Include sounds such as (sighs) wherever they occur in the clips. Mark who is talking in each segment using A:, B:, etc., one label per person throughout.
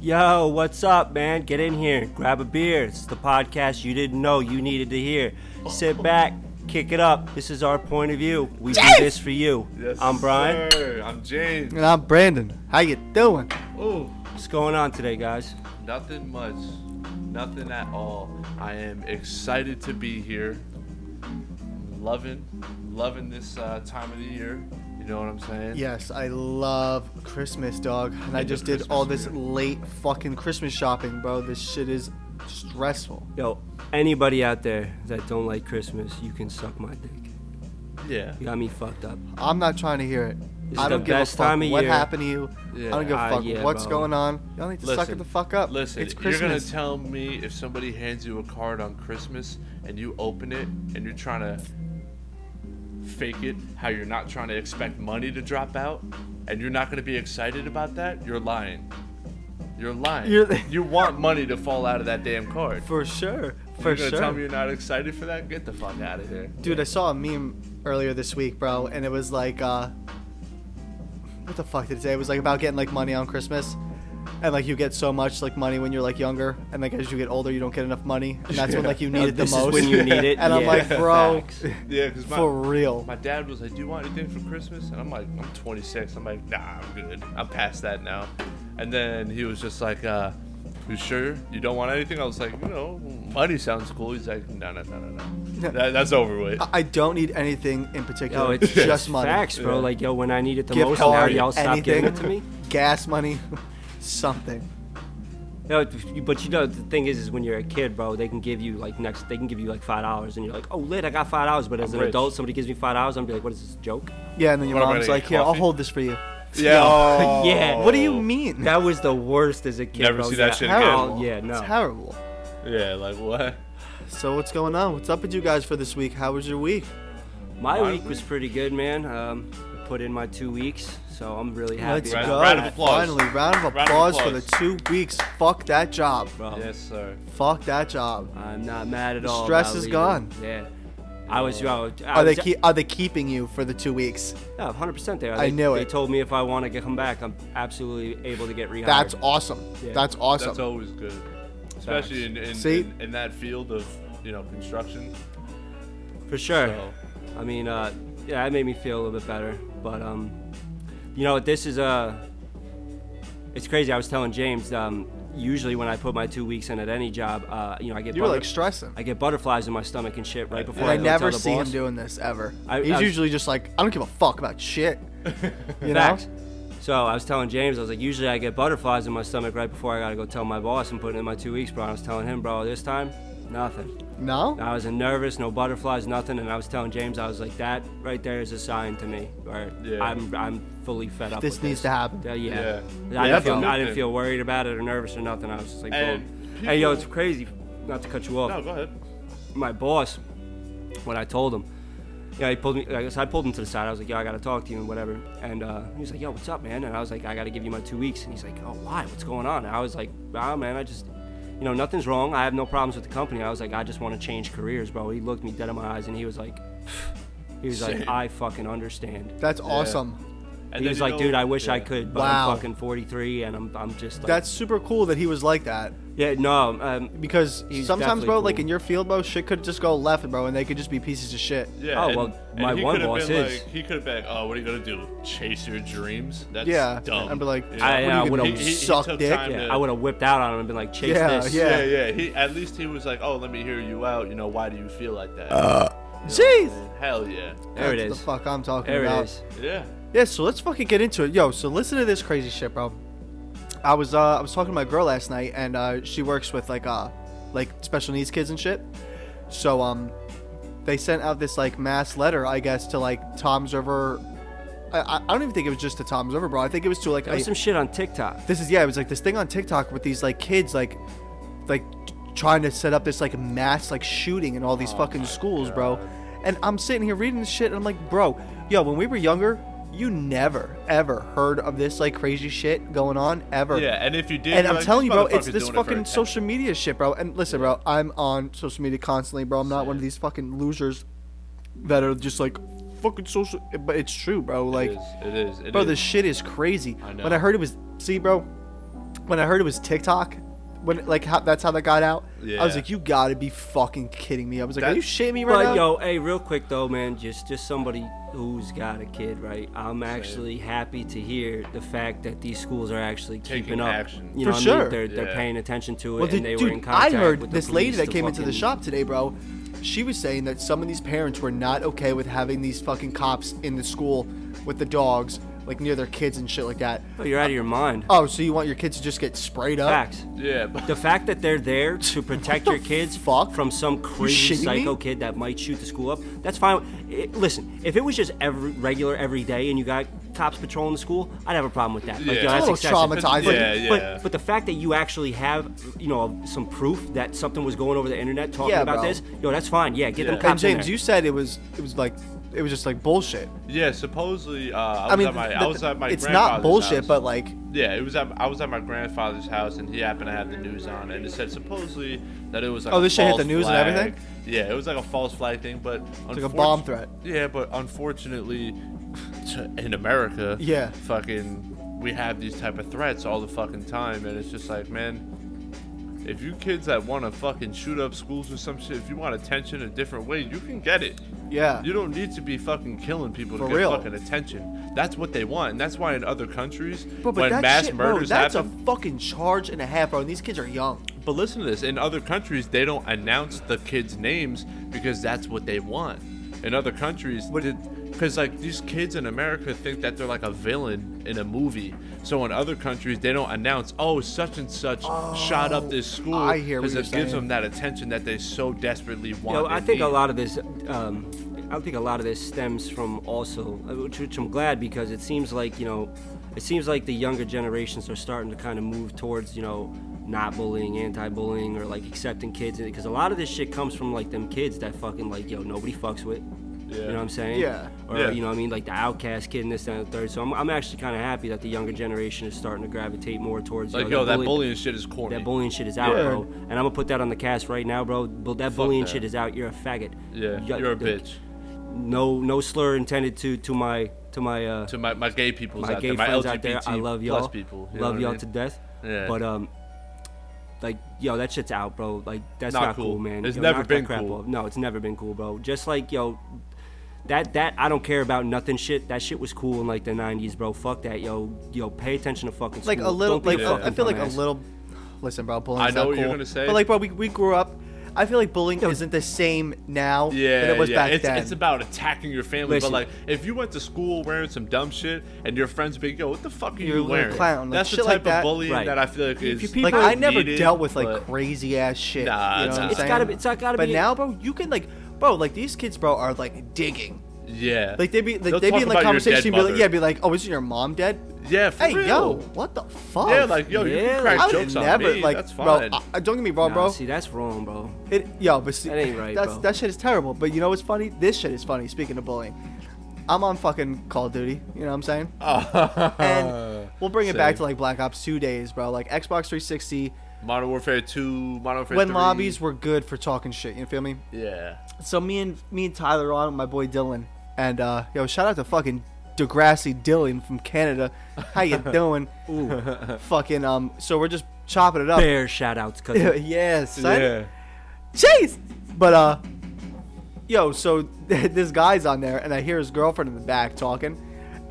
A: Yo, what's up, man? Get in here, grab a beer. It's the podcast you didn't know you needed to hear. Sit back, kick it up. This is our point of view. We do this for you.
B: Yes,
A: I'm Brian.
B: sir. I'm James.
C: And I'm Brandon. How you doing?
B: Oh,
A: What's going on today, guys?
B: nothing much, nothing at all. I am excited to be here. Loving, loving this uh, time of the year. You know what I'm saying?
C: Yes, I love Christmas, dog. And I
B: Into
C: just did
B: Christmas
C: all this
B: spirit.
C: late fucking Christmas shopping, bro. This shit is stressful.
A: Yo, anybody out there that don't like Christmas, you can suck my dick.
B: Yeah.
A: You got me fucked up.
C: I'm not trying to hear it.
A: It's
C: I
A: the
C: don't give a
A: best
C: fuck
A: time of
C: what
A: year.
C: happened to you.
B: Yeah.
C: I don't give a
A: Ah,
C: fuck
A: yeah,
C: what's
A: bro.
C: going on. Y'all need to suck it the fuck up.
B: Listen,
C: it's
B: you're gonna
C: Christmas.
B: tell me if somebody hands you a card on Christmas and you open it and you're trying to fake it, how you're not trying to expect money to drop out, and you're not gonna be excited about that, you're lying. You're lying.
C: You're-
B: (laughs) you want money to fall out of that damn card.
C: for sure. For
B: you're gonna
C: sure.
B: tell me you're not excited for that? Get the fuck out of here.
C: Dude, I saw a meme earlier this week, bro, and it was like, uh, what the fuck did it say? It was like about getting like money on Christmas, and like you get so much like money when you're like younger, and like as you get older, you don't get enough money, and that's when
A: (laughs)
C: like you need
A: Now,
C: it the
A: this
C: most.
A: is when you need it.
C: (laughs) and I'm
A: Yeah,
C: like, bro,
A: facts.
B: Yeah, because
C: Oh. for
B: my,
C: real.
B: my dad was like, Do you want anything for Christmas? And I'm like, I'm 26. I'm like, Nah, I'm good. I'm past that now. And then he was just like, uh, You sure you don't want anything? I was like, You know, money sounds cool. He's like, No, no, no, no,
C: (laughs)
B: no. That, that's over with.
C: I- I don't need anything in particular.
A: Yo,
B: (laughs)
A: it's
C: just money.
A: Facts, bro.
B: Yeah.
A: Like, yo, when I need it the
C: Gift
A: most, now
C: card,
A: y'all stop giving it
C: anything.
A: to me.
C: Gas money, (laughs) something.
A: No, it- but you know the thing is, is when you're a kid, bro, they can give you like next, they can give you like five dollars, and you're like, oh lit, I got five dollars. But as
B: I'm
A: an
B: rich.
A: adult, somebody gives me five dollars, I'm be like, what is this a joke?
C: Yeah, and then your
B: What am I
C: mom's
B: gonna
C: like,
B: get,
C: here, I'll
B: coffee?
C: hold this for you.
A: (laughs)
B: Yeah. Oh.
A: Yeah.
C: What do you mean?
A: Oh. That was the worst as a kid.
B: Never
A: bro.
B: see that shit again.
A: Oh,
C: terrible.
A: yeah, no.
C: Terrible.
B: Yeah, like what?
C: So what's going on? What's up with you guys for this week? How was your week?
A: My
B: Honestly?
A: week was pretty good, man. Um, put in my two weeks, so I'm really happy.
C: Let's
B: Round-
C: go.
B: round of applause.
C: Finally, round of
B: Round of
C: applause for the
B: applause.
C: two weeks. Fuck that job.
A: bro.
B: Yes, sir.
C: Fuck that job.
A: I'm not mad at
C: The
A: all.
C: stress
A: about
C: is
A: leaving.
C: gone.
A: Yeah. I was, yo, I
C: Are they
A: was,
C: keep, are they keeping you for the two weeks?
A: Yeah, 100% there.
C: I
A: They-
C: knew
A: They
C: it.
A: told me if I want to get come back, I'm absolutely able to get rehired.
C: That's awesome.
A: Yeah.
C: That's
B: That's
C: awesome.
B: always good, especially in in,
C: See?
B: in in that field of you know construction.
A: For sure.
B: So-
A: I mean, uh, yeah, that made me feel a little bit better. But um, you know, this is a. It's crazy. I was telling James. Um, usually when I put my two weeks in at any job, uh, you know, I get
C: You were
A: butter-
C: like stressing.
A: I get butterflies in my stomach and shit right before
C: And I
A: go tell
C: never
A: the
C: see
A: boss.
C: him doing this ever.
A: I-
C: He's
A: I was-
C: usually just like, I don't give a fuck about
A: (laughs)
C: shit. You know?
A: Facts. So I was telling James, I was like, usually I get butterflies in my stomach right before I gotta go tell my boss and put in my two weeks, bro. And I was telling him, bro, this time, nothing.
C: No?
A: I wasn't nervous, no butterflies, nothing. And I was telling James, I was like, that right there is a sign to me. Or
B: Yeah.
A: I'm, I'm fully fed up.
C: This
A: with
C: needs to happen.
A: Uh,
B: Yeah.
A: yeah.
B: Yeah,
A: I, didn't
B: that's
A: feel,
B: a good
A: I didn't
B: thing.
A: feel worried about it or nervous or nothing. I was just like,
B: And
A: boom. hey, yo,
B: people-
A: it's crazy. Not to cut you off.
B: No, go ahead.
A: My boss, when I told him, yeah, he pulled me. I guess I pulled him to the side. I was like, "Yo, I gotta talk to you and whatever." And uh, he was like, "Yo, what's up, man?" And I was like, "I gotta give you my two weeks." And he's like, "Oh, why? What's going on?" And I was like, "Ah, man, I just, you know, nothing's wrong. I have no problems with the company." I was like, "I just want to change careers, bro." He looked me dead in my eyes and he was like, (sighs) "He was like,
B: Same.
A: I fucking understand."
C: That's awesome.
B: And
A: he
B: then
A: was
B: you
A: like,
B: know-
A: "Dude, I wish I
B: Yeah.
A: could, but
C: Wow.
A: I'm fucking 43 and I'm, I'm just like,
C: That's super cool that he was like that.
A: yeah, no, um,
C: Because
A: He's
C: sometimes,
A: definitely
C: bro, like
A: cool.
C: in your field, bro, shit could just go left, bro, and they could just be pieces of shit.
B: Yeah.
A: Oh,
B: and-
A: well,
B: and
A: my
B: he
A: one
B: could've
A: boss
B: been
A: is.
B: Like, he could have been like, "Oh, what are you gonna do? Chase your dreams? That's
C: Yeah,
B: dumb."
C: I'd be like,
B: You
C: "What
B: know?
A: I-
C: are you
A: I
C: gonna
A: would've
C: do,
A: He- he
C: suck
B: took
C: dick.
B: time
A: yeah,
B: to-
A: I would have whipped out on him and been like, "Chase
C: Yeah,
A: this."
B: yeah,
C: Yeah.
B: yeah. He at least he was like, "Oh, let me hear you out. You know, why do you feel like that?"
C: Uh. Jeez.
B: Hell yeah.
A: There it
C: That's
A: is.
C: The fuck I'm talking
A: There
C: about.
A: it is.
B: Yeah.
C: Yeah, so let's fucking get into it. Yo, so listen to this crazy shit, bro. I was uh I was talking to my girl last night and uh she works with like uh like special needs kids and shit. So um they sent out this like mass letter, I guess, to like Tom's River I, I- I don't even think it was just to Tom's River, bro. I think it was to like
A: There was
C: a-
A: some shit on TikTok.
C: this is yeah, it was like this thing on TikTok with these like kids like like t- trying to set up this like mass like shooting in all these
B: Oh
C: fucking schools, bro. And I'm sitting here reading this shit and I'm like, bro, yo, when we were younger, you never ever heard of this like crazy shit going on ever.
B: Yeah. And if you did,
C: And
B: you're
C: I'm
B: like,
C: telling you, bro, it's
B: motherfucker's doing
C: this
B: it for
C: fucking
B: attention.
C: social media shit, bro. And listen, bro, I'm on social media constantly, bro. I'm not one of these fucking losers that are just like fucking social. But it's true, bro. Like,
B: It is. It is. it
C: bro,
B: is.
C: this shit is crazy.
B: I know.
C: When I heard it was, see, bro, when I heard it was TikTok, when like how, that's how that got out, I was
B: Yeah.
C: like, you gotta be fucking kidding me. I was like, are you
B: That's-
C: shitting me right
A: But
C: now?
A: yo, hey, real quick though, man, just just somebody who's got a kid, right? I'm actually happy to hear the fact that these schools are actually
B: Taking
A: keeping up.
B: action.
A: You know,
C: For
A: what I
C: sure.
A: mean? they're they're
B: Yeah.
A: paying attention to it,
C: Well,
A: and
C: the-
A: they were in
C: dude, I
A: contact
C: heard
A: with the
C: this lady
A: police
C: that
A: to
C: came into the
A: fucking-
C: shop today, bro. She was saying that some of these parents were not okay with having these fucking cops in the school with the dogs, like near their kids and shit like that.
A: Oh, you're out of your mind.
C: Oh, so you want your kids to just get sprayed up?
A: Facts.
B: Yeah, but
A: The fact that they're there to protect
C: the
A: your kids
C: fuck?
A: from some crazy
C: shitting me?
A: psycho kid that might shoot the school up, that's fine. It- listen, if it was just every regular every day and you got cops patrolling the school, I'd have a problem with that. Like, yo,
B: Yeah. It's a
A: that's
C: little
A: excessive.
C: traumatizing.
A: But,
B: Yeah, yeah.
A: But, but the fact that you actually have, you know, some proof that something was going over the internet talking
C: Yeah,
A: about
C: bro.
A: this, yo, that's fine. Yeah, get them
B: Yeah.
A: cops
C: And
A: in
C: James,
A: there.
C: you said it was it was like it was just like bullshit.
B: yeah, supposedly uh, I was
C: I mean,
B: at my I
C: th-
B: was at my
C: it's
B: grandfather's
C: not bullshit,
B: house.
C: but like
B: Yeah, it was at I was at my grandfather's house and he happened to have the news on and it said supposedly that it was like
C: Oh,
B: a
C: this shit hit
B: false
C: the news and
B: flag.
C: everything?
B: Yeah, it was like a false flag thing, but
C: like a bomb
B: unfortu-
C: threat.
B: Yeah, but unfortunately, t- in America,
C: Yeah.
B: fucking, we have these type of threats all the fucking time, and it's just like, man, if you kids that want to fucking shoot up schools or some shit, if you want attention a different way, you can get it.
C: yeah,
B: You don't need to be fucking killing people
C: For
B: to get
C: real.
B: fucking attention. That's what they want, and that's why in other countries,
C: but, but
B: when
C: that
B: mass
C: shit, bro,
B: murders
C: that's
B: happen,
C: a fucking charge and a half, bro. And these kids are young.
B: but listen to this. In other countries, they don't announce the kids' names because that's what they want. In other countries, because like these kids in America think that they're like a villain in a movie. So in other countries, they don't announce, "Oh, such and such shot up this school,"
C: Oh, I hear what
B: because
C: you're
B: it gives
C: saying.
B: them that attention that they so desperately want.
A: Yo, I
B: and
A: think a
B: need.
A: lot of this, um, I think a lot of this stems from also, which, which I'm glad because it seems like you know, it seems like the younger generations are starting to kind of move towards you know, not bullying, anti-bullying, or like accepting kids because a lot of this shit comes from like them kids that fucking like yo nobody fucks with. You know
B: Yeah.
A: what I'm saying?
C: Yeah.
A: Or
B: Yeah.
A: you know what I mean, like the outcast kid and this that, and the third. So I'm, I'm actually kind of happy that the younger generation is starting to gravitate more towards you
B: like,
A: know,
B: yo,
A: the
B: that
A: bully-
B: bullying shit is corny.
A: that bullying shit is out,
C: Yeah.
A: bro. And I'm gonna put that on the cast right now, bro. But that bullying
B: that.
A: shit is out. You're a faggot.
B: yeah,
A: You got-
B: you're a
A: like,
B: bitch.
A: No, no slur intended to to my to my uh
B: To my, my gay people's
A: my
B: out
A: gay
B: there, my
A: friends
B: LGBT
A: out there. I love y'all.
B: plus people. you know
A: love
B: what I
A: y'all
B: mean?
A: to death.
B: Yeah.
A: But um, like yo, that shit's out, bro. Like that's
B: Not
A: not,
B: cool.
A: cool. man.
B: It's
A: Yo,
B: never
A: knock that
B: been
A: crap
B: cool.
A: off. No, it's never been cool, bro. Just like yo. That, that I don't care about nothing shit. That shit was cool in like the '90s, bro. Fuck that, yo, yo. Pay attention to fucking
C: like a
A: school.
C: little
A: Don't be
C: like
A: a
C: uh, I
A: fucking
C: feel like a
A: dumbass.
C: little. Listen, bro, bullying.
B: I know
C: not
B: what
C: cool.
B: you're gonna say.
C: but like, bro, we, we grew up. I feel like bullying isn't the same now
B: Yeah,
C: than it was
B: yeah.
C: back
B: it's,
C: then.
B: it's about attacking your family.
A: Listen.
B: But like, if you went to school wearing some dumb shit and your friends be like, "Yo, what the fuck are
C: You're a
B: you
C: little
B: wearing?"
C: clown, like,
B: That's the
C: shit
B: type
C: like
B: of
C: that.
B: bullying
A: Right.
B: that I feel like
A: If
B: is
A: you-
C: like
A: people
C: I never
B: needed,
C: dealt with like
B: but-
C: crazy ass shit.
B: Nah,
C: you know
B: it's
C: what I'm
B: not-
A: It's
C: saying?
A: gotta be- it's not gotta
C: But
A: be-
C: now, bro, you can like, bro, like these kids, bro, are like digging.
B: yeah,
C: Like they be,
B: They'll
C: like, they
B: talk
C: be in like
B: about your dead
C: conversation, and be like,
B: mother.
C: yeah, be like, oh, isn't your mom dead?
B: yeah, for
C: Hey,
B: real.
C: yo, what the fuck?
B: yeah, like yo, you
A: Yeah,
B: can
A: like,
B: crack
C: I would
B: jokes on
C: never
B: me.
C: like,
B: That's
C: bro.
B: fine.
C: I, I- don't get me wrong,
A: Nah,
C: bro.
A: See, that's wrong, bro.
C: It, yo, but see,
A: That ain't right,
C: that's,
A: bro.
C: that shit is terrible. But you know what's funny? This shit is funny. Speaking of bullying, I'm on fucking Call of Duty. You know what I'm saying? (laughs) and we'll bring it back
B: Uh, Same.
C: to like Black Ops 2 days, bro. Like Xbox 360,
B: (laughs) Modern Warfare Two, Modern Warfare
C: when
B: 3.
C: lobbies were good for talking shit. You feel me?
B: yeah,
C: So me and me and Tyler are on with my boy Dylan, and uh, yo, shout out to fucking Degrassi Dylan from Canada. How
B: (laughs)
C: you doing? Ooh, fucking um. So we're just chopping it up.
A: Bear shout outs, cause
C: (laughs) yes, son. Chase. But uh, yo, so (laughs) this guy's on there, and I hear his girlfriend in the back talking,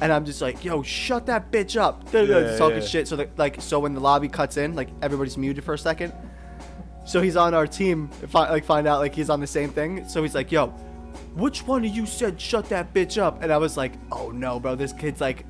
C: and I'm just like, yo, shut that bitch up, Duh, duh, duh,
B: Yeah,
C: talking
B: yeah.
C: shit. So that, like, so when the lobby cuts in, like everybody's muted for a second. So he's on our team, fi- like find out like he's on the same thing. So he's like, yo, which one of you said shut that bitch up? And I was like, oh no, bro, this kid's like,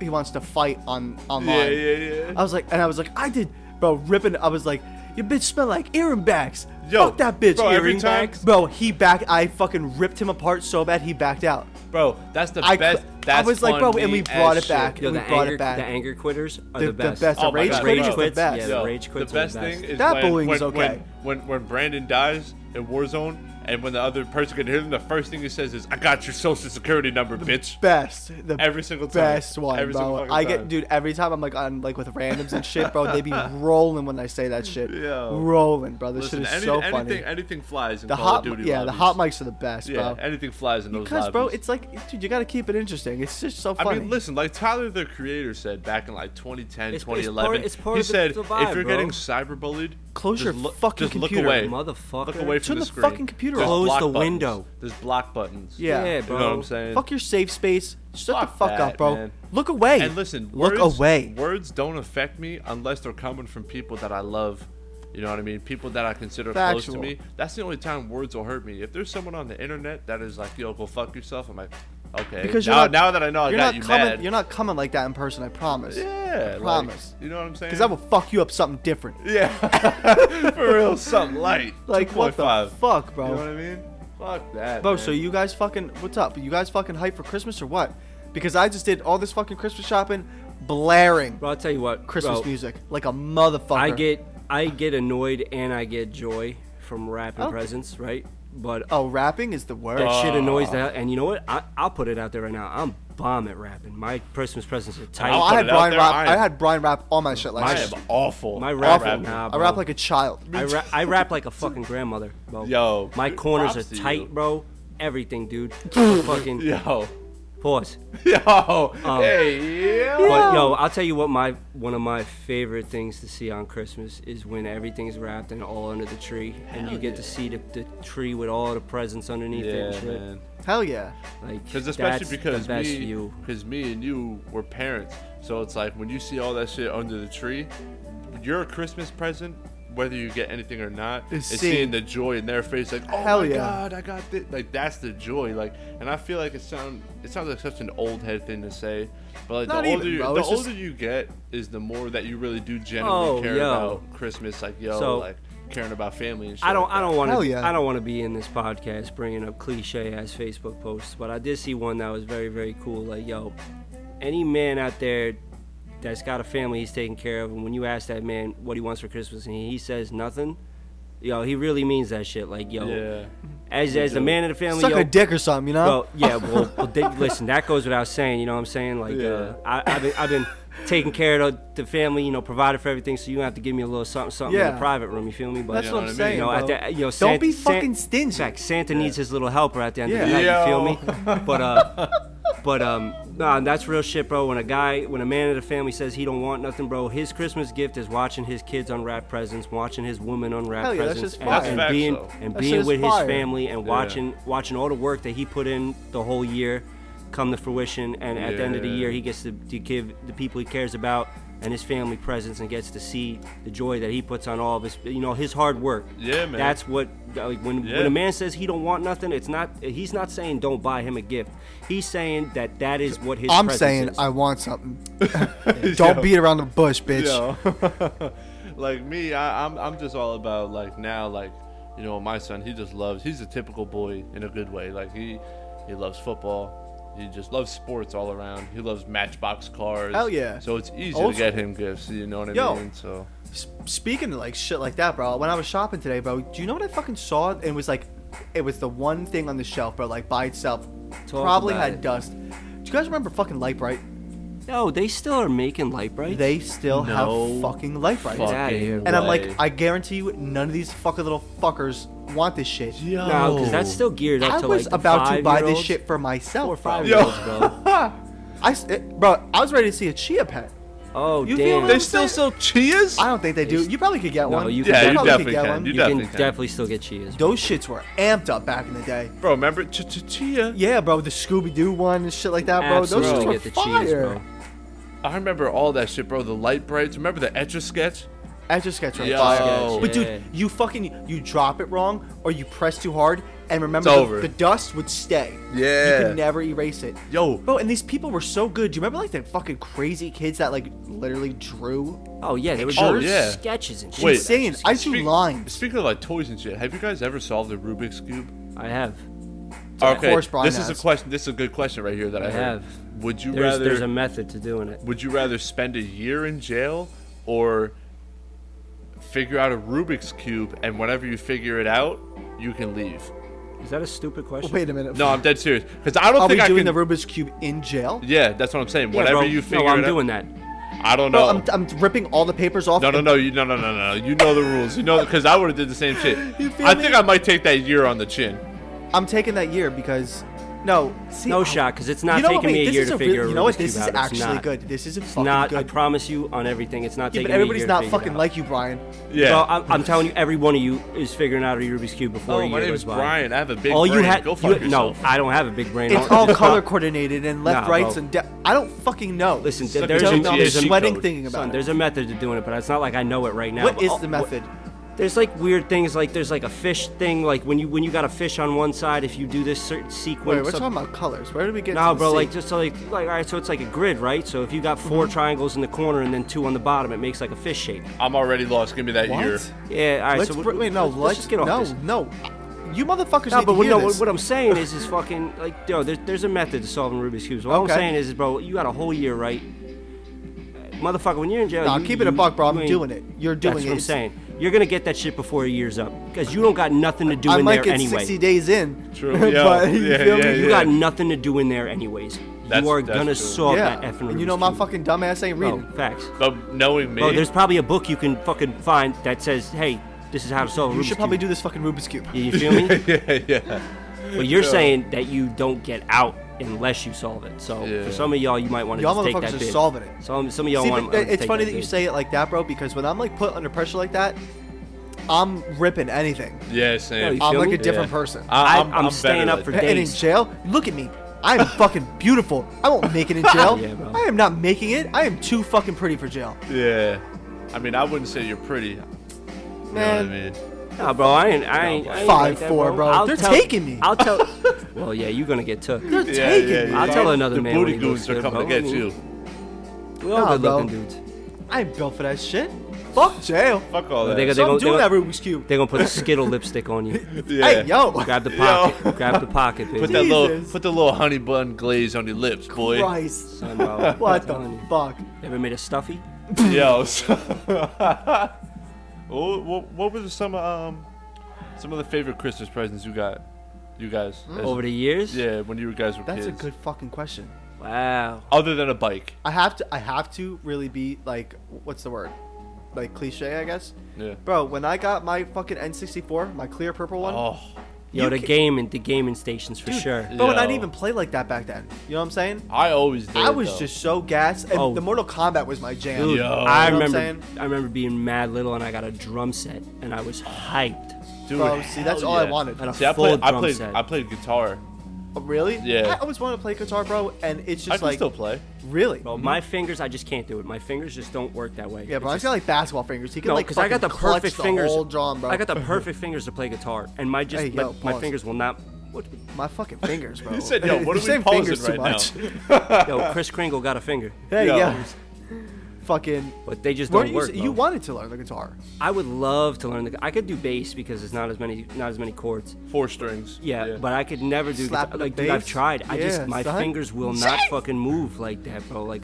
C: he wants to fight on online.
B: yeah, yeah, yeah.
C: I was like, and I was like, I did, bro, ripping. I was like, your bitch smell like earring bags.
B: Yo,
C: Fuck that bitch.
B: bro, every
C: earring
B: time-
C: bags. Bro, he back. I fucking ripped him apart so bad he backed out.
B: Bro, that's the
C: I,
B: best.
C: cou-
B: That's
C: I was like, bro,
B: funny
C: and we
B: as
C: brought it
B: shit.
C: back.
A: Yo,
C: and
A: the
C: we brought
A: anger,
C: it back.
A: the anger quitters are
C: The-
A: the,
C: the
A: best.
C: best. The
B: Oh my
C: rage
B: God,
A: quit
B: bro.
A: is the best.
B: Yo,
A: Yeah, the rage quits
B: the best
A: are the best.
B: thing is
C: That
B: when,
C: bullying's
B: when-
C: okay.
B: When, when when Brandon dies in Warzone And when the other person can hear them, the first thing he says is, "I got your social security number, bitch."
C: Best. The
B: Every single time.
C: best one,
B: Every single
C: bro.
B: fucking
C: I get,
B: time.
C: dude. Every time I'm like on like with randoms and shit, bro.
B: (laughs)
C: They be rolling when I say that shit.
B: Yo.
C: Rolling, bro. This
B: Listen,
C: shit is
B: any-
C: so
B: anything,
C: funny.
B: anything flies in
C: the
B: Call
C: hot,
B: of Duty.
C: yeah, the
B: lobbies.
C: hot mics are the best,
B: Yeah,
C: bro.
B: anything flies in those
C: Because, bro,
B: lobbies.
C: it's like, dude, you gotta keep it interesting. It's just so
B: I
C: funny.
B: mean, listen, like Tyler, the creator, said back in like 2010,
A: It's- it's part-
B: 2011,
A: it's part
B: he
A: of the-
B: said,
A: the vibe,
B: if you're
A: bro.
B: getting cyberbullied,
C: Close
B: just
C: your
B: look-
C: fucking
B: just
C: computer,
B: look away.
A: motherfucker.
B: Look away from
C: Turn
B: the,
C: the
B: screen.
C: fucking computer
B: There's
C: off.
A: Close
B: block
A: the
B: buttons.
A: window.
B: There's block buttons.
C: Yeah.
A: Yeah,
B: You
A: bro.
B: know what I'm saying?
C: Fuck your safe space. Shut
B: Fuck
C: the fuck
B: that,
C: up, bro.
B: man.
C: Look away.
B: And listen,
C: look
B: words,
C: away.
B: Words don't affect me unless they're coming from people that I love. You know what I mean? People that I consider close
C: Factual.
B: to me. That's the only time words will hurt me. If there's someone on the internet that is like, "Yo, go fuck yourself," I'm like, okay.
C: Because you're
B: now,
C: not-
B: now that I know I
C: you're
B: got
C: not
B: you
C: coming.
B: mad.
C: You're not coming like that in person. I promise.
B: yeah, like,
C: promise.
B: you know what I'm saying?
C: Because I will fuck you up something different.
B: Yeah, (laughs) for real, something light.
C: Like what the
B: 2.5.
C: fuck, bro?
B: You know what I mean? Fuck that.
C: Bro,
B: man.
C: so you guys fucking what's up? You guys fucking hype for Christmas or what? Because I just did all this fucking Christmas shopping, blaring
A: Bro, I'll tell you what.
C: Christmas
A: bro,
C: music like a motherfucker.
A: I get I get annoyed and I get joy from wrapping
C: Okay.
A: presents, right? But
C: oh, rapping is the word.
A: that shit annoys
B: Ah.
A: the hell. And you know what? I, I'll put it out there right now. I'm bomb at rapping. My Christmas presents are tight.
C: oh,
B: I'll
C: I
B: put
C: had
B: it out
C: Brian
B: there,
C: rap.
B: I
C: I
B: am-
C: had Brian rap all my shit
B: I
C: last year.
B: am awful.
A: My
B: at
A: rap-
C: Awful.
B: rapping.
A: Nah,
C: I
A: bro.
C: rap like a child.
A: I, ra-
B: (laughs)
A: I rap like a fucking grandmother, bro.
B: Yo,
A: my
B: dude,
A: corners
B: props
A: are
B: to
A: tight,
B: you.
A: bro. Everything, dude.
B: (laughs)
A: fucking
B: (laughs) Yo, (laughs)
A: pause.
B: yo,
A: Um,
B: hey, yo.
A: But yo, I'll tell you what my one of my favorite things to see on Christmas is when everything's wrapped and all under the tree, and you get to see the, the tree with all the presents underneath it. And
B: Yeah,
A: shit.
B: man.
C: Hell yeah.
A: Like,
B: Because especially
A: that's
B: because
A: the best
B: me,
A: you.
B: because me and you were parents, so it's like when you see all that shit under the tree, your Christmas present, whether you get anything or not,
C: Is
B: is
C: seeing-
B: seeing, the joy in their face, like, oh
C: Hell
B: my
C: yeah.
B: god, I got this. Like that's the joy. Like, and I feel like it sound, it sounds like such an old head thing to say, but like
C: Not
B: the older
C: even,
B: you,
C: bro,
B: the
C: it's just-
B: older you get, is the more that you really do genuinely
A: Oh,
B: care
A: yo.
B: about Christmas, like yo,
A: So-
B: like caring about family and shit.
A: I don't.
B: like
A: I
B: that.
A: don't want
C: Hell
A: to.
C: yeah.
A: I don't want to be in this podcast bringing up cliche ass Facebook posts, but I did see one that was very, very cool. Like, yo, any man out there that's got a family he's taking care of, and when you ask that man what he wants for Christmas, and he says nothing, yo, he really means that shit. Like, yo,
B: Yeah.
A: as as the man of the family,
C: Suck
A: yo,
C: a dick or something, you know?
A: Well, yeah, well, well they, listen, that goes without saying. You know what I'm saying? Like,
B: Yeah.
A: uh, I, I've been, I've been taking care of the, the family, you know, provided for everything. So you have to give me a little something, something in
C: Yeah.
A: the private room. You feel me? But uh,
C: That's
B: You know what I
C: what I'm
B: mean?
C: saying.
A: you know,
C: bro.
A: at the, you know,
C: Don't
A: Sant-
C: be
A: Sant-
C: fucking
A: In
C: stingy.
A: fact, Santa needs his little helper at the end of the
C: Yeah.
A: night.
B: Yo.
A: You feel me? (laughs) But
C: (laughs)
A: uh, but um, nah, that's real shit, bro. When a guy, when a man of the family says he don't want nothing, bro, his Christmas gift is watching his kids unwrap presents, watching his woman unwrap
C: Hell yeah, that
A: presents,
C: shit's
A: and,
C: fire.
B: That's
A: and
B: facts,
A: being
B: though.
A: and
C: That shit
A: being
C: is
A: with
C: fire.
A: his family and watching watching all the work that he put in the whole year come to fruition. And at the end of the
B: Yeah.
A: year, he gets to, to give the people he cares about. And his family presents and gets to see the joy that he puts on all of his, you know, his hard work.
B: Yeah, man.
A: That's what like when when
B: Yeah.
A: a man says he don't want nothing, it's not he's not saying don't buy him a gift. He's saying that that is what his.
C: I'm
A: presence
C: saying
A: is.
C: I want something.
B: (laughs)
C: Don't beat around the bush, bitch.
B: Yo.
C: (laughs)
B: like me, I, I'm I'm just all about like now, like you know, my son. He just loves. He's a typical boy in a good way. Like he he loves football. He just loves sports all around. He loves Matchbox cars.
C: Hell yeah.
B: So it's easy
C: Old
B: to get him gifts. You know what I
C: Yo.
B: mean? So
C: S- Speaking of like shit like that, bro. When I was shopping today, bro, do you know what I fucking saw? It was like, it was the one thing on the shelf, bro, like by itself.
A: Talk
C: probably
A: about
C: had
A: it.
C: dust. Do you guys remember fucking Light Bright?
A: No, they still are making light bright.
C: They still
B: No
C: have fucking Light Bright.
A: Fuck. outta here.
C: And I'm like, I guarantee you, none of these fucking little fuckers want this shit.
B: yo,
A: no, because that's still geared up
C: I
A: to
C: was
A: like the
C: about to buy this
A: five-year-olds.
C: shit for myself.
A: Four or
C: bro.
A: five
B: Yo.
A: year olds,
B: (laughs)
A: bro.
C: I, s- it- bro, I was ready to see a chia pet.
A: Oh
C: You feel
A: damn.
B: They
C: this-
B: still sell Chias.
C: I don't think they do.
A: It's-
C: You probably could get
A: No,
C: one.
A: you
B: Yeah,
A: you
C: probably
B: definitely
C: could get
B: can.
C: one.
A: you
B: You
A: can
B: definitely can.
A: definitely still get cheers.
C: Those shits were amped up back in the day.
B: Bro, remember Ch- Ch- Chia?
C: Yeah, bro, the Scooby Doo one and shit like that, bro. Those shits
A: Absolutely
C: were
A: get the
C: fire.
A: cheese, bro.
B: I remember all that shit, bro. The light brights. Remember the Etch a Sketch?
C: Etch a sketch were
B: Yo.
C: fire. But
A: Yeah.
C: dude, you fucking you drop it wrong or you press too hard, and remember
B: It's
C: the,
B: over.
C: the dust would stay.
B: Yeah.
C: you could never erase it.
B: Yo.
C: bro, and these people were so good. Do you remember like the fucking crazy kids that like literally drew?
A: Oh yeah, they were
B: Oh,
A: doing
B: yeah.
A: sketches and shit.
B: Wait.
C: Insane. I drew
B: Speak-
C: lines.
B: Speaking of like toys and shit, have you guys ever solved the Rubik's cube?
A: I have.
B: Okay,
C: course Brian
B: this
C: has.
B: is a question. This is a good question right here that I,
A: I
B: heard.
A: have.
B: Would you
A: There's
B: rather?
A: there's a method to doing it.
B: would you rather spend a year in jail or figure out a Rubik's cube and whenever you figure it out, you can leave?
A: Is that a stupid question?
C: Wait a minute.
B: No, I'm dead serious. Because I don't
C: Are we
B: think I
C: doing
B: can.
C: the Rubik's cube in jail?
B: yeah, that's what I'm saying.
A: Yeah,
B: Whatever
A: bro.
B: you figure
A: No, I'm
B: it
A: doing
B: out.
A: that.
B: I don't know.
C: Bro, I'm, I'm ripping all the papers off.
B: no, no,
C: and-
B: no, you, no, no, no, no. You know the rules. You know because I would have did the same shit.
C: (laughs) You feel
B: I
C: me?
B: think I might take that year on the chin.
C: I'm taking that year because no, see,
A: No
C: I-
A: shot, 'cause it's not
C: you know what,
A: taking me
C: wait,
A: a
C: this
A: year
C: is
A: to
C: real-
A: figure a
C: You know what?
A: Rubik's
C: This
A: Cube
C: is
A: out. It's
C: actually
A: not.
C: good. This is
A: It's
C: fucking
A: not. I
C: good.
A: promise you on everything. It's not
C: yeah,
A: taking
C: but
A: me a
C: everybody's
A: year
C: not
A: to figure it
C: fucking
A: out.
C: like you, Brian.
B: Yeah.
A: Bro, I'm, I'm telling you, every one of you is figuring out a Rubik's cube before
B: oh,
A: a
B: my
A: year
B: name
A: goes
B: is
A: by.
B: Brian. I have a big
A: all
B: brain.
A: you had,
B: Go fuck
A: you, no,
B: yourself.
A: I don't have a big brain.
C: It's
A: Don't-
C: all
A: just
C: color
A: stop.
C: coordinated and left,
A: Nah,
C: rights,
A: bro.
C: and de- I don't fucking know.
A: Listen,
B: Suck
A: there's
B: it
A: a,
B: down,
C: I'm
B: Yeah,
A: there's a
B: cheat
C: sweating
B: code.
C: thinking about
A: Son,
C: it.
A: there's a method to doing it, but it's not like I know it right now.
C: What
A: but
C: is
A: all-
C: the
A: what-
C: method?
A: There's like weird things, like there's like a fish thing, like when you when you got a fish on one side, if you do this certain sequence.
C: Wait, we're
A: of-
C: talking about colors. Where did we get?
A: no,
C: to
A: bro,
C: the
A: like
C: C?
A: just so like like all right, so it's like a grid, right? So if you got
C: Mm-hmm.
A: 4 triangles in the corner and then two on the bottom, it makes like a fish shape.
B: I'm already lost. Give me that year.
C: what?
A: Yeah, all right,
C: Let's
A: so
C: br-
A: we-
C: wait, no,
A: let's,
C: let's,
A: let's just get off
C: no,
A: this.
C: no. You motherfuckers
A: No, but
C: need to
A: what,
C: hear
A: no,
C: this.
A: what I'm saying is, is fucking like, yo, there's there's a method to solving Rubik's cubes. What
C: Okay.
A: I'm saying is, bro, you got a whole year, right? Motherfucker, when you're in jail,
C: Nah,
A: you,
C: keep it a
A: you-
C: buck, bro. I'm
A: you ain't-
C: doing it. You're doing
A: that's
C: it.
A: what I'm
C: It's-
A: saying. You're gonna get that shit before your year's up, because you don't got nothing to do
C: I
A: in
C: might
A: there
C: get
A: anyway.
C: 60 days in.
B: True,
C: but
B: yeah.
C: you
B: Yeah,
C: feel
B: yeah,
C: me?
A: you
B: yeah.
A: got nothing to do in there anyways.
B: That's-
A: you are
B: that's
A: gonna
B: true.
A: solve
C: yeah.
A: that effing
C: and
A: Rubik's
C: you know my
A: cube.
C: fucking dumbass ain't
A: Bro,
C: reading.
A: facts.
B: But knowing me,
A: Bro, Oh, there's probably a book you can fucking find that says, hey, this is how to solve a
C: You
A: Rubik's
C: should probably
A: cube.
C: do this fucking Rubik's cube.
A: You feel me?
B: (laughs) yeah, yeah.
A: But you're saying that you don't get out unless you solve it. So
B: Yeah.
A: for some of y'all, you might want to
C: Y'all
A: just take
C: motherfuckers
A: that
C: are
A: bid.
C: solving it.
A: Some some of y'all
C: See,
A: want.
C: but it's funny that you say it like that, bro, because when I'm like put under pressure like that, I'm ripping anything.
B: Yeah,
A: Yeah,
B: same.
A: you
C: I'm
A: feel
C: like
A: me?
C: a different
B: Yeah.
C: person.
B: I-
A: I'm- I'm
B: better
A: staying up
B: like
A: for
B: that.
C: and in
A: days.
C: jail, look at me. I am fucking beautiful. I won't make it in jail.
A: Yeah, bro.
C: I am not making it. I am too fucking pretty for jail.
B: Yeah. I mean, I wouldn't say you're pretty. You know what I
C: Man.
B: mean?
A: Nah, bro, I ain't. I ain't. I ain't like that,
C: 5'4", bro.
A: I'll
C: They're
A: tell-
C: taking me.
A: I'll
C: (laughs)
A: tell. well, yeah, you're gonna get took.
C: They're
B: Yeah,
C: taking
B: yeah,
C: me.
B: yeah.
A: I'll tell another
B: the
A: man when
B: booty
A: he goes
B: goons
A: to
B: are
A: the
B: coming to
A: bar.
B: get you.
A: We all
C: Nah,
A: good looking
C: bro.
A: dudes.
C: I ain't built for that shit. Fuck jail.
B: Fuck all
A: But
B: that.
A: they got-
C: So I'm
A: gon-
C: doing
A: they
C: that
A: gon-
C: Rubik's cube.
A: They're gonna put a skittle lipstick on
C: (laughs)
A: you.
B: yeah.
C: Hey, yo.
A: Grab the
B: Yo.
A: pocket. Grab the pocket, baby.
B: Put that little,
C: Jesus.
B: put the little honey bun glaze on your lips, boy.
C: Christ.
A: Son, bro, I'm
C: What the
A: telling you.
C: fuck?
A: Ever made a stuffy?
B: Yo. So (laughs) what, what, what were some um some of the favorite Christmas presents you got? You guys as-
A: Hmm? Over the years?
B: Yeah, when you guys were
C: That's
B: kids.
C: a good fucking question.
A: Wow.
B: Other than a bike.
C: I have to I have to really be like what's the word? Like cliche, I guess.
B: Yeah.
C: Bro, when I got my fucking N64, my clear purple one,
B: Oh.
A: Yo,
C: You
A: the
C: ca-
A: gaming, the gaming stations for
C: dude,
A: sure.
C: Bro, and I
B: Yo.
C: didn't even play like that back then. You know what I'm saying?
B: I always did.
C: I was
B: though.
C: just so gassed, and
A: Oh.
C: the Mortal Kombat was my jam.
A: Dude, I
B: Yo. You
C: know what I'm
A: remember
C: saying?
A: I remember being mad little and I got a drum set and I was hyped.
B: Dude,
C: Bro, see, that's
B: hell
C: all I
B: yeah.
C: wanted.
A: And a
B: See, I
A: full
B: played, I
A: drum
B: played,
A: set.
B: I played guitar.
C: Oh, really?
B: Yeah.
C: I always wanted to play guitar, bro, and it's
B: I
C: just
B: can
C: like
B: still play.
C: really.
A: Bro, my fingers, I just can't do it. My fingers just don't work that way.
C: Mm-hmm. yeah,
A: It's
C: bro, I
A: just-
C: got like basketball fingers. He can
A: no,
C: like
A: because I got the
C: fucking clutch
A: perfect
C: the
A: fingers.
C: Whole drum, bro.
A: I
C: (laughs)
A: got the perfect fingers to play guitar, and my just
C: Hey,
A: my,
C: yo,
A: my
C: pause.
A: fingers will
C: (laughs)
A: not. What,
C: my fucking fingers, bro.
B: (laughs) You said, yo,
C: (laughs)
B: what are
C: You say
B: we pausing
C: fingers
B: right (laughs)
C: too
B: now?
C: much.
A: yo, Chris Kringle got a finger,
C: Hey,
B: Yo.
C: yeah. Fucking.
A: but they just
C: Weren't
A: don't
C: you,
A: work.
C: you
A: bro.
C: wanted to learn the guitar.
A: I would love to learn. The, I could do bass because it's not as many not as many chords.
B: Four strings.
A: Yeah, but I could never do
C: Slap
A: guitar.
C: the
A: like dude, I've
C: bass.
A: tried. I
C: Yeah,
A: just my
C: son.
A: fingers will
C: (laughs)
A: not fucking move like that, bro. Like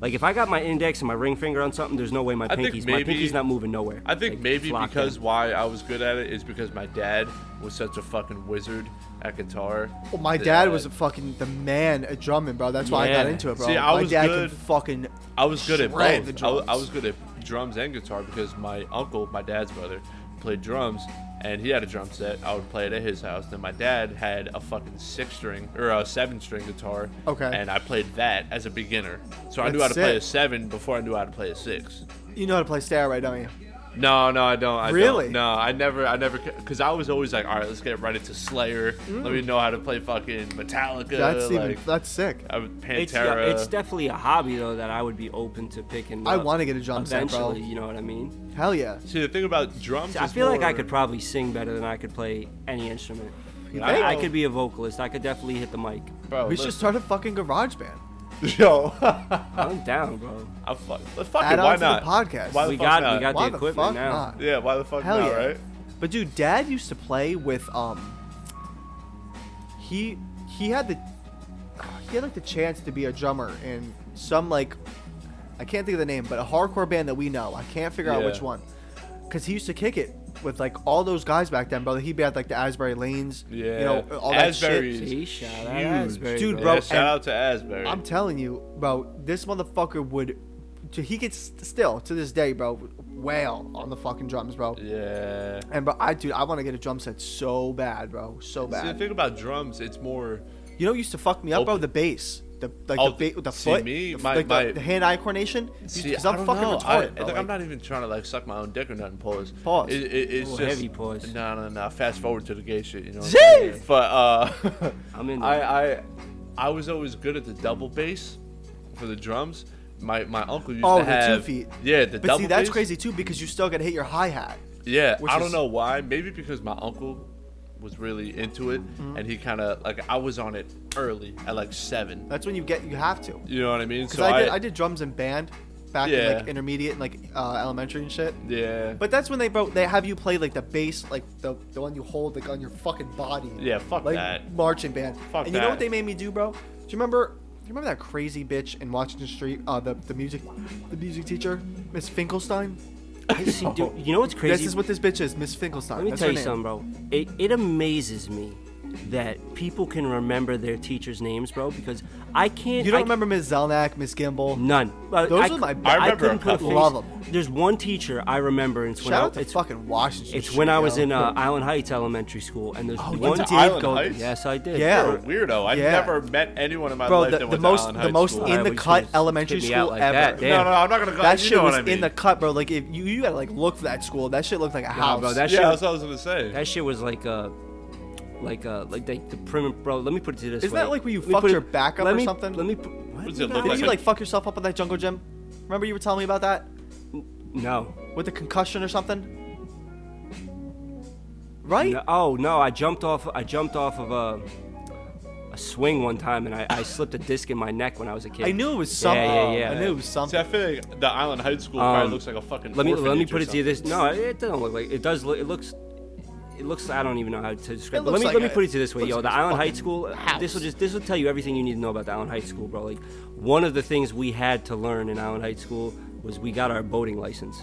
A: like if I got my index and my ring finger on something, there's no way my
B: I think
A: pinkies my
B: maybe-
A: pinkies not moving nowhere.
B: I think
A: Like,
B: maybe
A: locked in.
B: because why I was good at it is because my dad was such a fucking wizard at guitar.
C: Well, my
B: that-
C: dad was a fucking the man at drumming, bro. That's why I got
A: Yeah.
C: into it, bro.
B: See, I
C: my
B: was
C: dad
B: good-
C: can fucking.
B: I was good at both. I,
C: shred the
B: w- I
C: drums.
B: was good at drums and guitar because my uncle, my dad's brother, played drums and he had a drum set. I would play it at his house. Then my dad had a fucking six string or a seven string guitar.
C: Okay.
B: And I played that as a beginner. So I knew how to
C: That's
B: play a
C: sick.
B: seven before I knew how to play a six.
C: You know how to play stairway, don't you?
B: No, no, I don't. I
C: Really?
B: Don't. No, I never, I never, because I was always like, all right, let's get right into Slayer. Let me know how to play fucking Metallica.
C: Mm. That's
B: like,
C: even. That's sick.
B: I would-
A: It's, yeah,
B: Pantera.
A: it's definitely a hobby though that I would be open to picking.
C: I
A: up
C: wanna get a drum set, bro.
A: eventually, You know what I mean?
C: Hell yeah.
B: See, the thing about drums,
A: See, I
B: is
A: feel like I
B: more-
A: could probably sing better than I could play any instrument.
C: You
B: I
A: I,
C: think?
A: I could be a vocalist. I could definitely hit the mic.
B: Bro,
C: we
B: Oh,
C: should
B: listen.
C: start a fucking garage band. (laughs)
B: Yo,
A: I'm down, bro.
B: I'm fuck. Let's fuck
C: Add
B: it.
C: on
B: Why
C: to the
B: not?
C: podcast.
B: Why the
A: We
B: fuck
A: got-
B: not?
A: we got-
C: Why
A: the
C: the
A: equipment
C: fuck
A: now.
C: not?
B: Yeah. Why the fuck
C: Hell
B: not?
C: yeah.
B: Right?
C: But dude, Dad used to play with um. He he had the he had like the chance to be a drummer in some like I can't think of the name, but a hardcore band that we know. I can't figure out
B: Yeah.
C: which one. Cause he used to kick it, with like all those guys back then, brother. He'd be at like the Asbury Lanes,
B: Yeah.
C: you know, all
B: Asbury
C: that shit.
B: is
A: See, shout out
B: huge.
A: Asbury,
C: Dude,
B: Yeah,
C: bro,
B: shout
C: and-
B: out to Asbury.
C: I'm telling you, bro, this motherfucker would. He gets still to this day, bro, wail on the fucking drums, bro.
B: yeah.
C: And bro, I dude, I want to get a drum set so bad, bro, so
B: See, the
C: bad.
B: thing about drums, it's more.
C: You know, what used to fuck me up, bro.
B: Open.
C: The bass, the like
B: Oh,
C: the, ba- the
B: see,
C: foot,
B: me,
C: the,
B: my-
C: like, the-
B: my-
C: the hand-eye coordination. Because
B: See, I
C: I'm
B: don't
C: fucking
B: know. I,
C: retarded, bro.
B: like, I'm
C: like-
B: not even trying to like suck my own dick or nothing. Pause.
C: Pause.
B: It, it, it's
A: Ooh,
B: just
A: heavy pause.
B: No, no, no. Fast forward to the gay shit. You know. what I'm saying?
C: Jeez!
B: But (laughs) uh,
A: I'm in there.
B: I, I I was always good at the double bass for the drums. My my uncle used
C: Oh,
B: to
C: the two
B: have
C: feet.
B: Yeah, the
C: but
B: double.
C: see, that's
B: bass.
C: crazy too because you still gotta hit your hi hat.
B: Yeah,
C: which
B: I don't
C: is-
B: know why. Maybe because my uncle was really into it,
C: Mm-hmm.
B: and he kind of like I was on it early at like seven.
C: That's when you get you have to.
B: You know what I mean?
C: Because I, did I did drums in band back in like
B: Yeah.
C: intermediate and like uh, elementary and shit.
B: yeah.
C: But that's when they bro they have you play like the bass like the the one you hold like on your fucking body.
B: Yeah, fuck
C: like,
B: that.
C: Marching band.
B: Fuck
C: and you know what
B: that.
C: they made me do, bro? Do you remember? Do you remember that crazy bitch in Washington Street? Uh, the the music, the music teacher, Miss Finkelstein.
A: I see, dude, you know what's crazy?
C: (laughs) This is what this bitch is, Miss Finkelstein.
A: Let me
C: That's
A: tell
C: her
A: you
C: name.
A: something, bro. It, it amazes me that people can remember their teachers' names, bro, because I can't.
C: You don't
A: I-
C: remember Miss Zelnack, Miss Gimble?
A: None. Uh,
C: Those
A: I
C: are
A: cou-
C: my- I
B: remember
A: couldn't
B: a
A: put a
B: couple.
A: face-
C: Love 'em.
A: There's one teacher I remember, and it's when
C: Shout
A: I,
C: out to
A: it's,
C: fucking Washington.
A: it's
C: Street,
A: when I was
C: yo.
A: in
B: (laughs)
A: uh, Island Heights Elementary School, and
B: Oh,
A: there's
C: you
A: one
C: went to
A: teacher-
B: Island
A: go-
B: Heights?
A: Yes, I did.
C: Yeah.
A: bro.
B: You're a weirdo. I
C: Yeah.
B: never met anyone in my
C: bro
B: life
C: the,
B: that
C: the
B: went to
C: most
B: Allen
C: the
B: High
C: most
B: School.
A: Alright,
C: in
A: we
C: the
A: just
C: cut
A: hit me
C: elementary
A: out
C: school
A: like
C: ever.
A: that. Damn.
B: No, no, I'm not gonna.
C: That
B: you
C: shit
B: know
C: was
B: what I mean.
C: in the cut, bro. Like if you you gotta like look for that school. That shit looked like a house.
A: bro, that
B: yeah,
A: shit-
B: that's what I was gonna say.
A: That shit was like uh like uh like the, the prim bro. Let me put it to this
C: Isn't
A: way.
C: that like where you
A: Let me
C: fucked
A: put
C: your back up
A: let
C: or
A: me,
C: something?
A: Let me. put- What?
B: What does it
A: Did I-
B: look
C: Didn't
B: like
C: you like fuck yourself up at that jungle gym? Remember you were telling me about that
A: No.
C: with the concussion or something, right?
A: No- Oh no! I jumped off. I jumped off of a a swing one time, and I, I slipped a disc in my neck when I was a kid.
C: I knew it was something.
A: Yeah, yeah, yeah.
C: I knew it was
B: See, I
C: something.
B: feel like the Island High School probably
A: Um,
B: looks like a fucking.
A: Let me let me
B: orphanage or
A: put it to you
B: something.
A: this. No, it doesn't look like it does. Look, it looks. It looks. I don't even know how to describe.
C: It
A: It but let
C: looks
A: me
C: like
A: let me
C: a-
A: put it to you this way,
C: looks
A: yo.
C: like
A: the
C: a
A: Island High
C: fucking
A: School. This will
C: house.
A: just this will tell you everything you need to know about the Island High School, bro. Like one of the things we had to learn in Island High School was we got our boating license.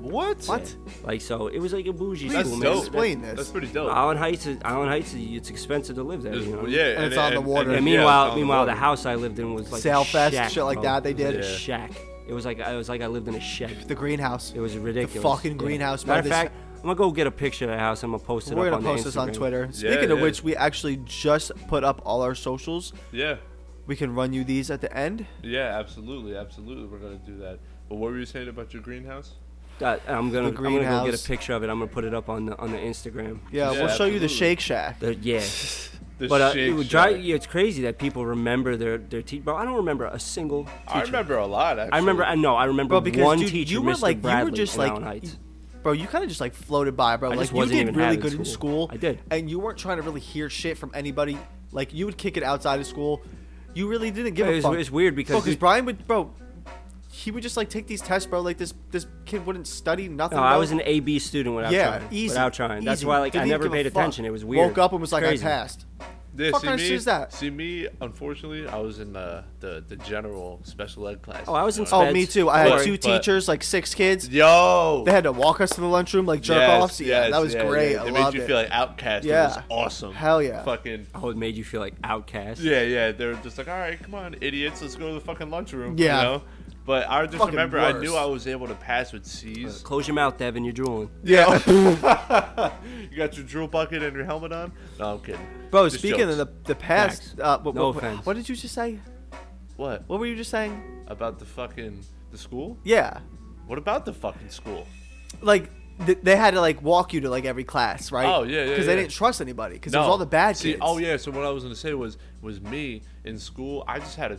B: What?
C: What?
A: Like so, it was like a bougie
C: That's
A: school,
C: dope.
A: man.
C: Explain this.
B: That's pretty dope.
A: Island Heights, is, Island Heights, it's expensive to live there.
B: There's-
A: You know?
B: Yeah,
C: And it's on the
A: And
C: water.
B: yeah, it's
A: meanwhile,
B: on the
A: meanwhile, the,
B: water.
A: house I lived in was like
C: Sail
A: a
C: fest,
A: shack,
C: shit like
A: bro.
C: that they did.
A: It was a
B: Yeah.
A: shack. It was like it was like I lived in a shed.
C: The greenhouse.
A: It was ridiculous.
C: fucking
A: Yeah.
C: greenhouse, bro,
A: Matter of
C: this-
A: fact, I'm gonna go get a picture of the house. I'm gonna post it.
C: We're
A: up
C: gonna
A: on
C: post
A: the
C: this on
A: Instagram.
C: Twitter.
B: Yeah,
C: Speaking of
B: yeah.
C: which, we actually just put up all our socials.
B: Yeah,
C: We can run you these at the end.
B: yeah, absolutely, absolutely. We're gonna do that. But what were you saying about your greenhouse?
A: Uh, I'm gonna I'm gonna
C: The
A: go get
C: greenhouse.
A: a picture of it. I'm gonna put it up on the on the Instagram.
C: Yeah,
B: Yeah,
C: we'll show you the
B: absolutely.
C: Shake Shack.
A: The-
B: (laughs)
A: yeah.
B: The
A: But uh,
B: Shake
A: it would drive,
B: Shack.
A: yeah, it's crazy that people remember their their teacher. Bro, I don't remember a single. Teacher.
B: I remember a lot. Actually.
A: I remember. I know. I remember
C: Bro, because
A: one
C: dude,
A: teacher,
C: you were
A: Mr.
C: like
A: Bradley
C: you were just
A: in
C: like,
A: Allen Heights.
C: bro, you kind of just like floated by, bro.
A: I
C: like
A: just
C: you
A: wasn't
C: did
A: even
C: really
A: having
C: good in
A: school.
C: school.
A: I did.
C: and you weren't trying to really hear shit from anybody. Like you would kick it outside of school. You really didn't give
A: It
C: a
A: was-
C: fuck.
A: it's weird because
C: because
A: you-
C: Brian would, bro, he would just like take these tests, bro. Like this, this kid wouldn't study nothing.
A: No, Oh, I
C: bro.
A: was an AB student without
C: yeah,
A: trying.
C: easy,
A: Without trying. That's
C: easy.
A: why like
C: Didn't
A: I
C: even
A: never
C: give a
A: paid
C: fuck.
A: attention. It was weird.
C: Woke up and was like,
A: Crazy.
C: I passed.
B: Yeah,
C: Fuck
B: see
C: kind of
B: me-
C: shit is that?
B: See me. Unfortunately, I was in the the, the general special ed class.
A: Oh, I was in
C: Oh,
A: Speds.
C: me too.
B: Don't
C: I had
B: worry,
C: two
B: but-
C: teachers, like six kids.
B: Yo.
C: They had to walk us to the lunchroom like jerk
B: Yes,
C: offs. Yeah,
B: yes,
C: that was
B: yeah,
C: great.
B: yeah.
C: I
B: It made
C: loved
B: you
C: it.
B: feel like outcast. Yeah. It
C: Yeah.
B: was awesome.
C: Hell yeah.
B: Fucking.
A: Oh, it made you feel like outcast.
B: Yeah, yeah. They were just like, all right, come on, idiots, let's go to the fucking lunchroom.
C: Yeah.
B: You know? But I just
C: Fucking
B: remember I knew
C: worse.
B: I was able to pass with C's.
A: Close your mouth, Devin. You're drooling.
C: yeah.
B: (laughs) you got your drill bucket and your helmet on? No, I'm kidding.
C: Bro,
B: Just
C: speaking
B: jokes.
C: of the, the past,
A: Facts.
C: uh, what,
A: No
C: what,
A: offense.
C: what did you just say?
B: What?
C: What were you just saying?
B: About the fucking. The school?
C: Yeah,
B: What about the fucking school?
C: like th- they had to like walk you to like every class, right?
B: Oh, yeah, yeah,
C: Because they
B: yeah.
C: didn't trust anybody. Because it
B: No.
C: was all the bad
B: See,
C: kids.
B: Oh yeah. So what I was gonna say was was me in school. I just had a,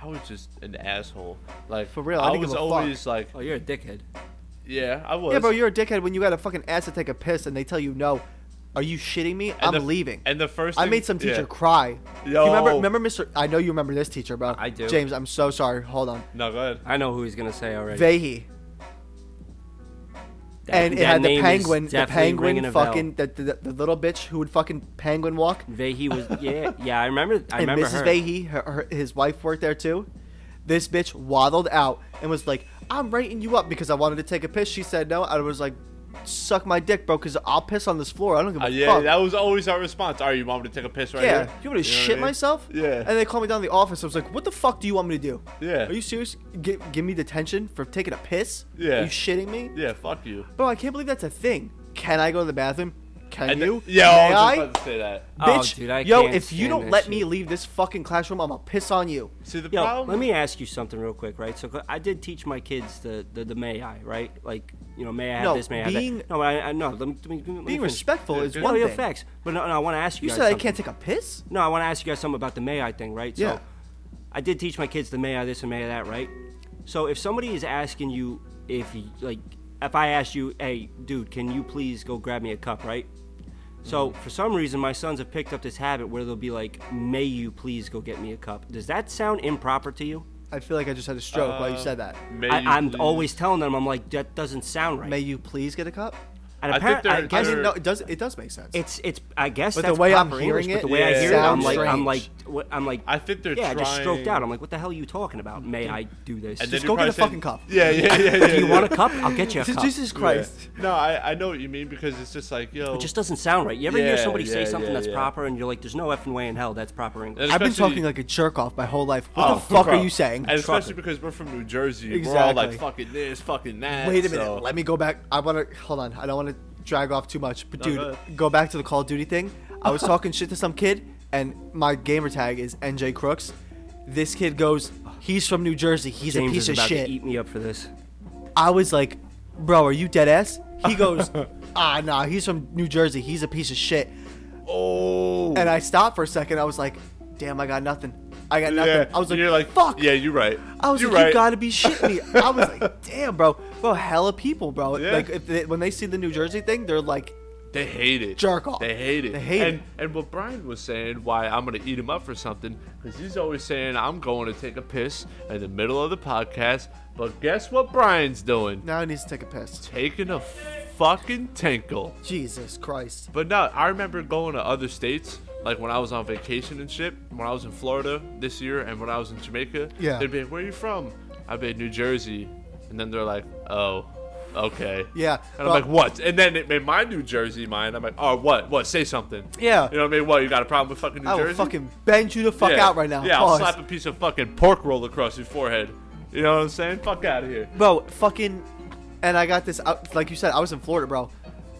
B: I was just an asshole. Like
C: For real,
B: I,
C: I didn't give
B: was
C: a fuck.
B: always like,
A: Oh, you're a dickhead.
B: yeah, I was.
C: Yeah, bro, you're a dickhead when you got a fucking ass to take a piss and they tell you no. Are you shitting me?
B: And
C: I'm
B: the-
C: leaving.
B: and the first
C: I
B: thing-
C: made some
B: yeah.
C: teacher cry. You
B: Yo.
C: remember, remember, Mr. I know you remember this teacher, bro.
A: I do.
C: James, I'm so sorry. Hold on.
B: No, go
C: (laughs)
B: ahead.
A: I know who he's gonna say already.
C: Vahey.
A: That-
C: and it
A: that
C: had the
A: name is
C: penguin, the
A: definitely ringing
C: penguin
A: a bell.
C: fucking, the, the, the little bitch who would fucking penguin walk.
A: Vahey was yeah yeah. I remember. I
C: and
A: remember
C: Mrs.
A: her.
C: Vahey, her, her, his wife worked there too. This bitch waddled out and was like, "I'm writing you up because I wanted to take a piss." She said no. I was like, suck my dick, bro, because I'll piss on this floor. I don't give a
B: Uh, yeah,
C: fuck.
B: that was always our response. All right, you want me to take a piss right
C: yeah,
B: here?
C: you want me to
B: know what I
C: shit
B: mean?
C: myself?
B: Yeah.
C: And they called me down to the office. I was like, "What the fuck do you want me to do?
B: Yeah.
C: Are you serious? Gi- give me detention for taking a piss?
B: Yeah.
C: Are you shitting me?
B: Yeah, fuck you.
C: Bro, I can't believe that's a thing. Can I go to the bathroom? Can
B: And
C: you?
B: th- yeah, I
C: May
B: was just
C: I?
B: about to say that.
A: Oh,
C: Bitch,
A: dude, I
C: yo,
A: can't
C: if you
A: stand
C: don't
A: that
C: let
A: shit.
C: me leave this fucking classroom, I'm gonna piss on you.
B: See the
A: Yo,
B: problem?
A: let me ask you something real quick, right? So 'cause I did teach my kids the, the, the may I, right? Like, you know, may I have
C: No,
A: this, may I
C: being-
A: have that. No, I, I no. Let me, let me, let me
C: Being
A: finish.
C: respectful is
B: Yeah,
C: one
A: no, yeah,
C: thing.
A: facts. But no, no, I want to ask you.
C: You
A: guys
C: said I
A: something.
C: can't take a piss?
A: No, I want to ask you guys something about the may I thing, right?
C: Yeah.
A: So I did teach my kids the may I this and may I that, right? So if somebody is asking you if y- like if I asked you, "Hey, dude, can you please go grab me a cup?" right? So for some reason my sons have picked up this habit where they'll be like, "May you please go get me a cup?" Does that sound improper to you?
C: I feel like I just had a stroke while you
B: Uh,
C: said that.
B: May you
A: I, I'm
B: please-
A: always telling them, I'm like, that doesn't sound right.
C: May you please get a cup?
A: and
B: I think
A: apparent- I
B: they're-
A: guess
C: I mean,
B: Sure.
C: no, it does. It does make sense.
A: it's it's. I guess
C: But the
A: that's
C: way I'm
A: proper
C: hearing
A: English,
C: it
A: but the way I
B: Yeah.
A: hear it, I'm
B: sounds
A: like, I'm
C: strange.
A: like, what, I'm like.
B: I think they're
A: yeah, I just stroked
B: trying-
A: out. I'm like, what the hell are you talking about? May I do this?
B: And then
C: Just
B: you
C: go get
B: probably
C: a fucking cup.
B: Yeah,
A: (laughs)
B: yeah, yeah, yeah.
A: do you
B: yeah. (laughs)
A: want a cup? I'll get you a cup.
C: Jesus Christ.
B: No, I, I know what you mean because it's just like yo.
A: It just doesn't sound right. You ever hear
B: Yeah,
A: somebody say
B: yeah,
A: something
B: yeah,
A: that's
B: yeah.
A: proper, and you're like, "There's no effing way in hell that's proper English."
B: And
C: I've been
B: especially-
C: talking like a jerk off my whole life. What
B: Oh,
C: the fuck
B: bro.
C: are you saying?
B: And especially because we're from New Jersey, we're all
C: Exactly.
B: like fucking this, fucking that.
C: Wait a minute.
B: so-
C: Let me go back. I want to hold on. I don't want to drag off too much, but
B: No,
C: dude,
B: go
C: go back to the Call of Duty thing. I was talking shit to some kid, and my gamer tag is NJ Crooks. This kid goes, he's from New Jersey. He's
A: James
C: a piece
A: is
C: of
A: about
C: shit.
A: to eat me up for this.
C: I was like, bro, are you dead ass?
B: (laughs)
C: He goes, ah, nah, he's from New Jersey. He's a piece of shit.
B: oh.
C: And I stopped for a second. I was like, damn, I got nothing. I got nothing.
B: yeah.
C: I was like,
B: you're like
C: fuck.
B: Yeah, you're right.
C: I was
B: you're
C: like,
B: right.
C: you
B: (laughs)
C: gotta be shitting me. I was like, damn, bro, bro, hella people, bro.
B: Yeah.
C: Like if they, when they see the New Jersey thing, they're like,
B: They hate it.
C: Jerk off.
B: They hate it.
C: They hate
B: and,
C: it.
B: And what Brian was saying, why I'm gonna eat him up for something, because he's always saying I'm going to take a piss in the middle of the podcast. But guess what Brian's doing?
C: now he needs to take a piss.
B: Taking a fucking tinkle.
C: Jesus Christ.
B: But no, I remember going to other states, like when I was on vacation and shit. When I was in Florida this year, and when I was in Jamaica,
C: Yeah.
B: they'd be like, "Where are you from?" I'd be like, New Jersey, and then they're like, "Oh, okay."
C: Yeah,
B: And
C: well-
B: I'm like, "What?" And then it made my New Jersey mind. I'm like, "Oh, what? What? Say something."
C: Yeah.
B: You know what I mean? What? You got a problem with fucking New
C: I will
B: Jersey?
C: fucking bend you the fuck
B: yeah.
C: out right now.
B: Yeah, I'll
C: Pause.
B: slap a piece of fucking pork roll across your forehead. You know what I'm saying? Fuck out of here.
C: bro, fucking. And I got this, out like you said, I was in Florida, bro.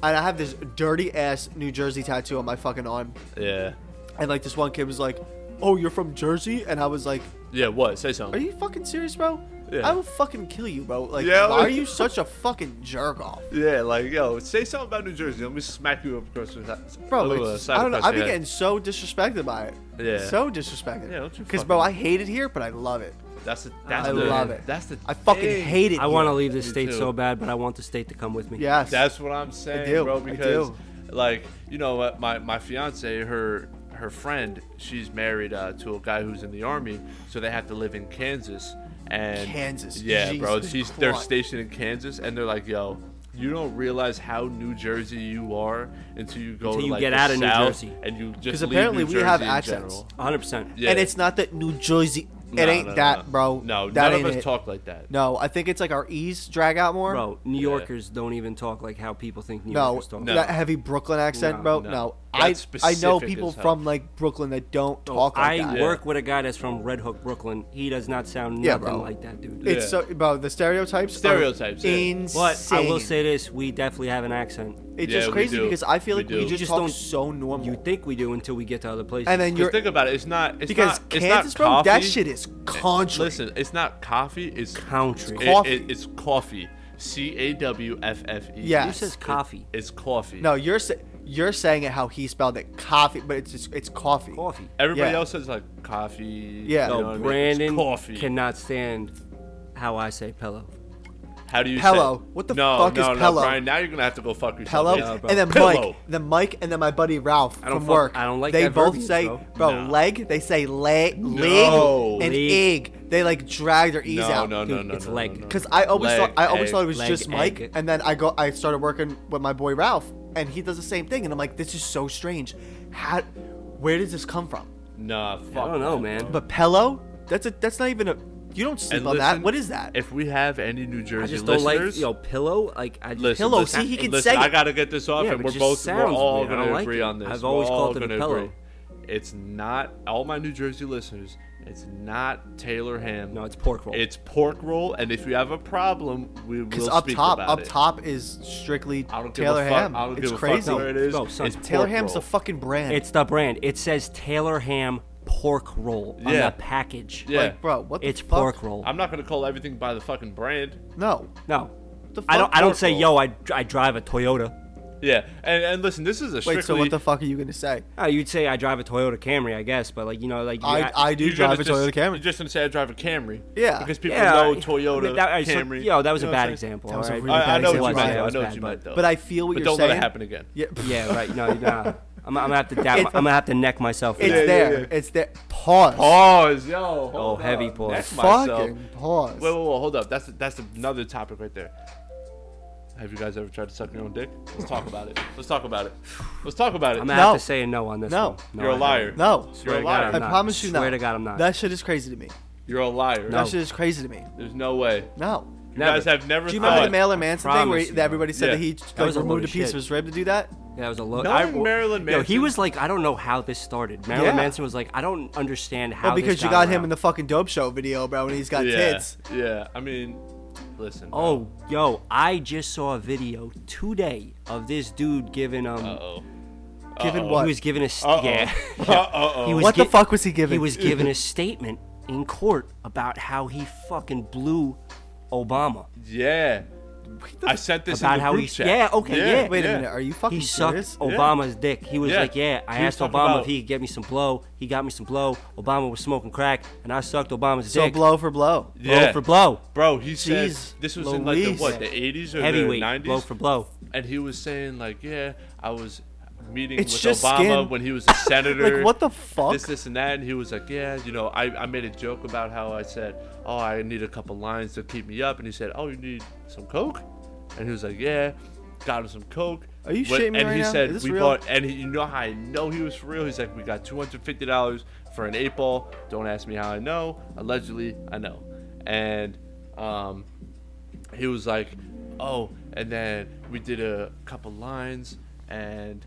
C: And I have this dirty ass New Jersey tattoo on my fucking arm.
B: Yeah.
C: And like this one kid was like, oh, you're from Jersey? And I was like,
B: Yeah. What? Say
C: Are
B: something.
C: you fucking serious, bro?
B: Yeah.
C: I will fucking kill you, bro. Like,
B: Yeah,
C: why
B: like-
C: are you such a fucking
B: (laughs)
C: jerk off?
B: Yeah, like yo, say something about New Jersey. Let me smack you up across the side.
C: Bro,
B: Ooh,
C: it's
B: uh,
C: just-
B: side
C: I don't know.
B: across
C: I've
B: your
C: been
B: head.
C: getting so disrespected by it.
B: Yeah.
C: So disrespected.
B: Yeah, don't you
C: Because, bro, I
B: fucking-
C: hate it here, but I love it.
B: That's the. That's
C: I
B: the,
C: love it.
B: That's the.
C: I fucking
B: thing.
C: hate it.
A: I want to
C: here.
A: leave this
B: Me
A: state
B: too.
A: so bad, but I want the state to come with me.
C: Yes.
B: That's what I'm saying,
C: do, I
B: bro. Because,
C: do.
B: like, you know, what, my my fiance, her her friend, she's married uh, to a guy who's in the army, so they have to live in Kansas. And
C: Kansas,
B: yeah, bro.
C: Jesus
B: She's they're
C: Christ.
B: stationed in Kansas, and they're like, yo. You don't realize how New Jersey you are until you go
A: Until
B: to
A: you
B: like
A: get
B: the
A: out of New
B: South
A: Jersey.
B: and you just
C: 'Cause
B: leave
C: apparently
B: New
C: we have
B: Jersey in
C: accents.
B: general.
A: 100%.
B: Yeah.
C: And it's not that New Jersey.
B: No,
C: it
B: no,
C: ain't
B: no,
C: that,
B: no.
C: bro.
B: No,
C: that
B: none of
C: ain't
B: us
C: it.
B: talk like that.
C: No, I think it's like our E's drag out more.
A: Bro, New
B: Yeah.
A: Yorkers don't even talk like how people think New
C: No,
A: Yorkers talk.
B: No.
C: that heavy Brooklyn accent,
A: No,
C: bro. No,
B: no.
C: I
B: That's
C: I know
B: specific
C: people
B: as hell.
C: from like Brooklyn that don't
A: So
C: talk like
A: I
C: that.
A: work with a guy that's from Red Hook, Brooklyn. He does not sound
C: Yeah,
A: nothing
C: bro.
A: like that dude.
C: It's
B: Yeah.
C: so, bro. The stereotypes. are
B: Stereotypes, yeah.
C: Insane.
A: but I will say this: we definitely have an accent.
C: It's
B: Yeah,
C: just
B: we
C: crazy
B: do.
C: because I feel
B: We
C: like
B: do.
C: we
B: You
C: just,
A: just
C: talk
A: don't-
C: so normal.
A: You think we do until we get to other places.
C: and then
B: Because
C: you're
B: think about it, it's not. It's
C: because
B: not, it's
C: Kansas,
B: not
C: bro,
B: coffee.
C: that shit is country.
B: Listen, it's not coffee. It's
A: Country.
B: It,
C: Coffee.
B: it- it's coffee. C A W F F E.
C: Yeah.
A: who says coffee?
B: It's coffee.
C: no, you're sa- you're saying it how he spelled it, coffee, but it's just, it's coffee.
A: Coffee.
B: Everybody
C: Yeah.
B: else says like coffee.
C: Yeah.
B: you know
A: No,
B: what I mean? It's
A: Brandon
B: coffee.
A: cannot stand how I say pillow.
B: How do you
C: Pillow.
B: say?
C: What the
B: no,
C: fuck is
B: no,
C: pillow?
B: No, Brian. Now you're gonna have to go fuck yourself.
C: Hello,
B: It's
A: bro.
C: and then
B: pillow.
C: Mike, then Mike, and then my buddy Ralph
A: don't
C: from
A: fuck-
C: work.
A: I don't like
C: They
A: that
C: both
A: verbiage,
C: say,
A: bro.
C: bro,
B: No.
C: leg. They say leg,
B: No.
C: leg, and
A: Leg.
C: egg. They like drag their e's
B: No,
C: out.
B: no, no,
A: Dude,
B: no,
A: it's
B: no,
A: leg.
B: no, no.
C: Because I always
B: Leg,
C: thought I always
B: egg.
C: thought it was
A: Leg,
C: just Mike,
A: egg.
C: and then I go I started working with my boy Ralph, and he does the same thing, and I'm like, this is so strange. How, where does this come from?
B: Nah, fuck.
A: I don't know, man.
C: But pillow, that's a that's not even a You don't sleep
B: And
C: on that.
B: listen,
C: What is that?
B: If we have any New Jersey
A: I just don't like
B: listeners,
A: yo pillow. Like I just
B: listen,
C: pillow,
B: listen,
C: see, he can
B: listen,
C: say
B: I
C: it.
B: gotta get this off,
A: Yeah,
B: and
A: but
B: we're
A: it just
B: both we're
A: sounds
B: all
A: weird. I
B: gonna
A: don't like
B: agree
A: it.
B: on this.
A: I've
B: We're
A: always
B: all
A: called it a
B: gonna
A: pillow.
B: agree. It's not all my New Jersey listeners. It's not Taylor Ham.
A: No, it's pork roll.
B: It's pork roll, and if you have a problem, we will
C: Because
B: speak
C: up top,
B: about
C: up
B: it.
C: top is strictly
B: I don't
C: Taylor
B: give a fuck.
C: Ham.
B: I don't
C: It's
B: give a
C: crazy.
B: fuck where it is.
A: No, son,
B: It's
C: Taylor
B: pork
C: Ham's
B: roll.
C: a fucking brand.
A: It's the brand. It says Taylor Ham pork roll on
B: Yeah.
A: the package.
B: Yeah.
C: like, bro, what the
A: It's
C: fuck?
A: pork roll.
B: I'm not gonna call everything by the fucking brand.
C: No,
A: no,
C: The
A: I don't.
C: fuck
A: I don't
C: pork
A: say
B: roll?
A: yo. I, I drive a Toyota.
B: Yeah, and, and listen, this is a strictly.
C: wait. So what the fuck are you gonna say?
A: Oh, you'd say I drive a Toyota Camry, I guess, but like you know, like
C: I,
A: yeah,
C: I do
B: you're
C: drive
B: gonna
C: a
B: just-
C: Toyota
B: You're
C: Camry.
B: just gonna say I drive a Camry.
C: Yeah.
B: Because people
A: yeah,
B: know
A: I-
B: Toyota
A: I mean, that, I- so-
B: Camry.
A: yo, that was
B: You know
A: a
B: what I'm
A: bad
B: saying?
A: example.
C: That was a
A: alright?
C: really
B: I, I
C: bad
B: know
A: It
B: what
A: was,
B: you
A: yeah,
B: meant.
C: example.
A: it
B: though. I
A: was
B: know
A: bad,
B: what you meant,
A: but-
B: though.
C: But I feel what
B: But
C: you're
B: don't
C: saying.
B: let it happen again. (laughs)
C: Yeah,
A: Yeah, right. No, nah. I'm, I'm gonna have to dab, I'm
C: It's-
A: gonna have to neck myself. for
C: it's
A: that.
B: yeah,
C: there.
B: yeah.
C: It's there. Pause.
B: Pause, yo. hold
A: Oh,
B: up.
A: heavy pause.
B: That's myself.
C: Fucking pause.
B: Wait, wait, wait, hold up. That's that's another topic right there. Have you guys ever tried to suck your own dick? Let's talk about it. Let's talk about it. Let's talk about it.
A: I'm gonna have
C: No.
A: to say a no on this.
C: No.
A: one.
B: You're a
A: I
B: liar.
A: haven't.
C: no,
A: Swear
B: You're
A: to
B: a
A: God,
B: liar.
A: I'm
C: I
A: not.
C: promise you,
A: Swear
C: no.
A: to God, I'm not.
C: That shit is crazy to me.
B: You're a liar.
A: No.
C: That shit is crazy to me.
B: There's no way.
C: No.
B: You
A: Never.
B: guys have never
C: Do you
B: thought.
C: remember the Marilyn Manson thing where
A: promise
C: he,
A: you,
C: that everybody said
B: yeah.
C: that he
A: That
C: like,
A: was a load
C: removed a
A: of
C: piece
A: shit.
C: of his rib to do that?
A: That was a low.
B: Knowing Marilyn
A: Yo, he
B: Manson-
A: was like, I don't know how this started. Marilyn
C: Yeah.
A: Manson was like, I don't understand how.
C: Well,
A: this
C: because you got him
A: around."
C: in the fucking dope show video, bro, when he's got
B: yeah,
C: tits.
B: Yeah. I mean, listen. bro.
A: Oh, yo, I just saw a video today of this dude giving um.
B: Uh-oh.
C: Given
B: Uh, Uh-oh.
C: what?
A: He was giving a st-
B: Uh-oh.
A: yeah. (laughs)
B: Uh-oh. (laughs)
A: He was
C: What the
A: gi-
C: fuck was he giving?
A: He
C: (laughs)
A: was given a statement in court about how he fucking blew Obama.
B: Yeah. I sent this
A: About
B: in the
A: how
B: group
A: he-
B: chat.
A: yeah, okay, yeah.
C: Wait
B: yeah.
C: a minute, are you fucking
A: He sucked
C: serious?
A: Obama's dick. He was
B: Yeah.
A: like, "Yeah, I
B: He was
A: asked Obama
B: talking about-
A: if he could get me some blow. He got me some blow. Obama was smoking crack, and I sucked Obama's
C: So
A: dick.
C: blow for blow.
A: blow
B: Yeah.
A: for blow,
B: Bro, he said
C: Jeez
B: this was in like the
C: Louise.
B: what, the 80s or
A: heavyweight,
B: the 90s?
A: blow for blow."
B: and he was saying like, yeah, I was meeting
C: It's
B: with
C: just
B: Obama
C: skin.
B: when he
C: (laughs)
B: was a senator.
C: Like what the fuck?
B: This, this, and that, and he was like, "Yeah, you know, I, I made a joke about how I said, oh, I need a couple lines to keep me up,' and he said, oh, you need some coke,' and he was like, yeah, got him some coke.
C: Are you
B: Went-
C: shitting me
B: And
C: right
B: he
C: now?
B: said,
C: Is this
B: we
C: real?
B: bought, and he, you know how I know he was for real. He's like, we got two hundred fifty dollars for an eight ball. Don't ask me how I know. Allegedly, I know, and um, he was like, oh, and then we did a couple lines, and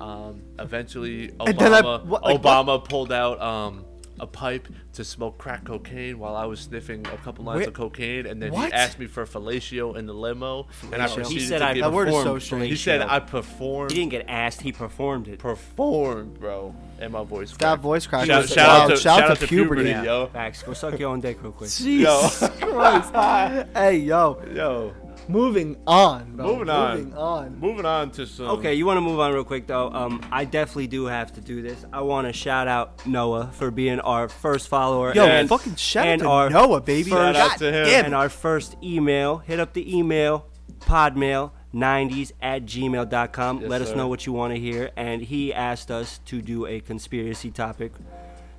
B: um, eventually Obama,
C: And then I- what- like,
B: Obama pulled out um, a pipe to smoke crack cocaine while I was sniffing a couple lines
C: Where-
B: of cocaine, and then
C: What?
B: he asked me for fellatio in the limo, and I
A: Fellatio. He
B: proceeded
A: said
B: to
A: I
B: give
C: that word is so
A: performed
C: strange.
B: He said
A: fellatio.
B: I performed,
A: He didn't get asked. He performed it.
B: performed, bro, and my voice.
C: That
B: cracked.
C: voice crack
B: Shout,
C: was-
B: shout out
C: wow,
B: to
C: shout
B: shout
C: to
B: out to
C: puberty.
B: puberty,
C: Yeah.
B: yo,
A: Facts. Go suck your own dick real quick.
C: Jesus Christ. (laughs) hey yo,
B: yo.
C: moving on, bro.
B: Moving on.
C: Oh, Moving on.
B: Moving on to some.
A: Okay, you want to move on real quick though. Um, I definitely do have to do this. I want to shout out Noah for being our first follower.
C: Yo,
A: and,
C: fucking shout out
A: and
C: to
A: our
C: Noah, baby.
A: First,
B: Shout out to him.
C: damn it.
A: And our first email. Hit up the email, podmail. 90s at gmail.com.
B: Yes,
A: Let us
B: sir.
A: know what you want to hear. And he asked us to do a conspiracy topic.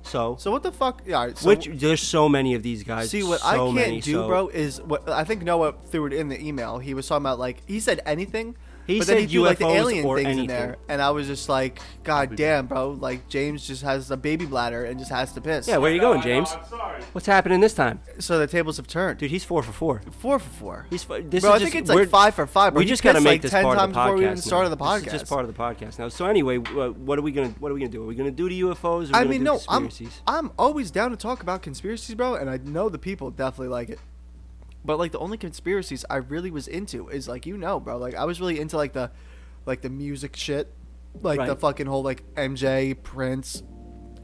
A: So,
C: So what the fuck? Yeah, all right, so
A: which there's so many of these guys.
C: See what
A: so
C: I can't
A: many,
C: do,
A: so-
C: bro, is what I think Noah threw it in the email. He was talking about like he said anything.
A: He
C: but
A: said
C: then he threw, like the
A: UFOs
C: alien
A: or
C: things in
A: anything.
C: there, and I was just like, God damn, bro! Like James just has a baby bladder and just has to piss.
A: Yeah, where you going, James? What's happening this time,
C: So the tables have turned.
A: dude? He's four for four.
C: four for four.
A: He's fu- this
C: bro,
A: is
C: I think
A: just-
C: it's like
A: we're-
C: five for five. Bro.
A: we
C: He
A: just gotta
C: pissed,
A: make
C: like
A: this
C: ten
A: part
C: times
A: of the podcast.
C: before we even
A: now.
C: started the podcast.
A: This is just part of the podcast now. So anyway, uh, what are we gonna what are we gonna do? Are we gonna do the UFOs? Or we
C: I
A: gonna
C: mean,
A: do
C: no, I'm
A: conspiracies?
C: I'm always down to talk about conspiracies, bro, and I know the people definitely like it. But like the only conspiracies I really was into is like you know, bro. Like I was really into like the like the music shit, like the
A: Right.
C: fucking whole like MJ Prince,